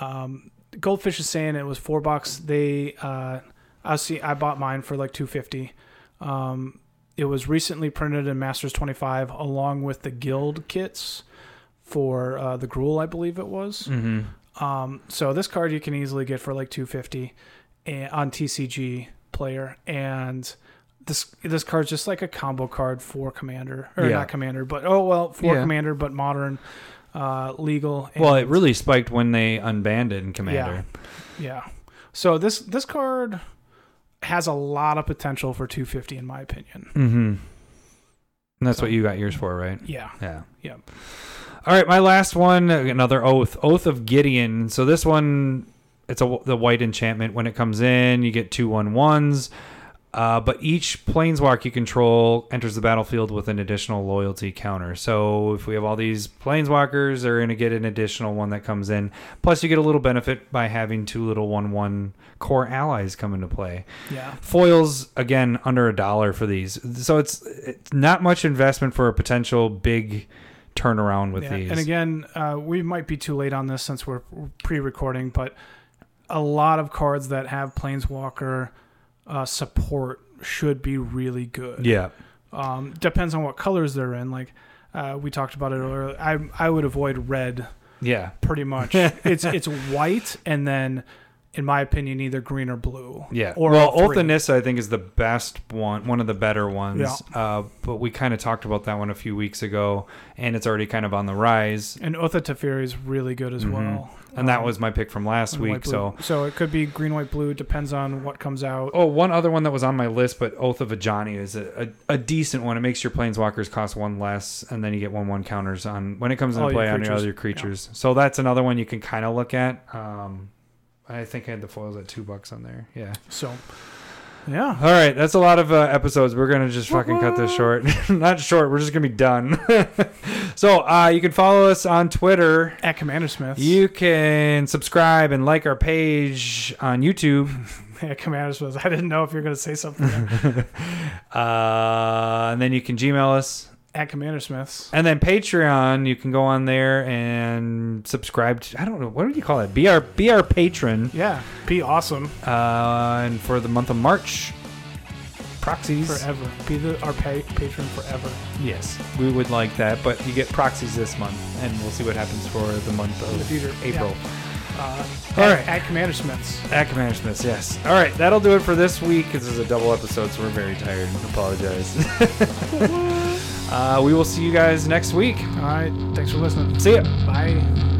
Um, Goldfish is saying it was four bucks. They, uh, I see. I bought mine for like two fifty. Um, it was recently printed in Masters twenty five along with the Guild kits for uh, the Gruel, I believe it was.
mm-hmm.
Um, so this card you can easily get for like 250 and, on TCG player, and this this card's just like a combo card for commander or
Yeah.
not commander, but oh well for
Yeah.
commander, but modern, uh, legal. And,
well it really spiked when they unbanned it in commander
yeah. So this this card has a lot of potential for 250 in my opinion.
mm-hmm and that's
So-
what you got yours for right
Yeah,
Yeah.
Yep.
All right, my last one, another oath, oath of Gideon. So this one, it's a the white enchantment. When it comes in, you get two one ones. Uh, but each planeswalk you control enters the battlefield with an additional loyalty counter. So if we have all these planeswalkers, they're going to get an additional one that comes in. Plus, you get a little benefit by having two little one one core allies come into play
yeah.
foils again under a dollar for these so it's it's not much investment for a potential big turnaround with
Yeah,
these
And again, uh, we might be too late on this since we're pre-recording, but a lot of cards that have Planeswalker uh, support should be really good.
yeah
Um, depends on what colors they're in. Like uh, we talked about it earlier. I I would avoid red
yeah [laughs]
pretty much. it's it's white and then, in my opinion, either green or blue.
yeah
Or
well
all
oath
three.
of nissa i think is the best one one of the better ones uh, but we kind of talked about that one a few weeks ago and it's already kind of on the rise
And Otha Teferi is really good as well.
Mm-hmm.
Um,
and that was my pick from last
And
week
white, blue.
so
so it could be green, white, blue. Depends on what comes out.
Oh, one other one that was on my list, but Oath of Ajani is a, a, a decent one. It makes your planeswalkers cost one less, and then you get one one counters on when it comes into
All Oh, your
play on your
creatures.
other creatures. So that's another one you can kind of look at. Um, I think I had the foils at two bucks on there. Yeah.
So, yeah.
All right, that's a lot of uh, episodes. We're gonna just fucking cut this short. [laughs] Not short. We're just gonna be done. [laughs] so uh, you can follow us on Twitter
at Commander Smith's.
You can subscribe and like our page on YouTube.
[laughs] at Commander Smith's. I didn't know if you were going to say something
[laughs]
there.
Uh, and then you can Gmail us
at Commander Smith's.
And then Patreon, you can go on there and subscribe to, I don't know, what do you call it? Be our, be our patron.
Yeah, be awesome
Uh, and for the month of March, proxies.
forever. Be the, our pa- patron forever.
yes, we would like that, but you get proxies this month, and we'll see what happens for the month of
The future,
April.
Uh,
All
at,
right.
at Commander Smith's.
At Commander Smith's, yes. All right, that'll do it for this week. This is a double episode, so we're very tired. Apologize. [laughs] uh, we will see you guys next week.
All right, thanks for listening.
See ya.
Bye.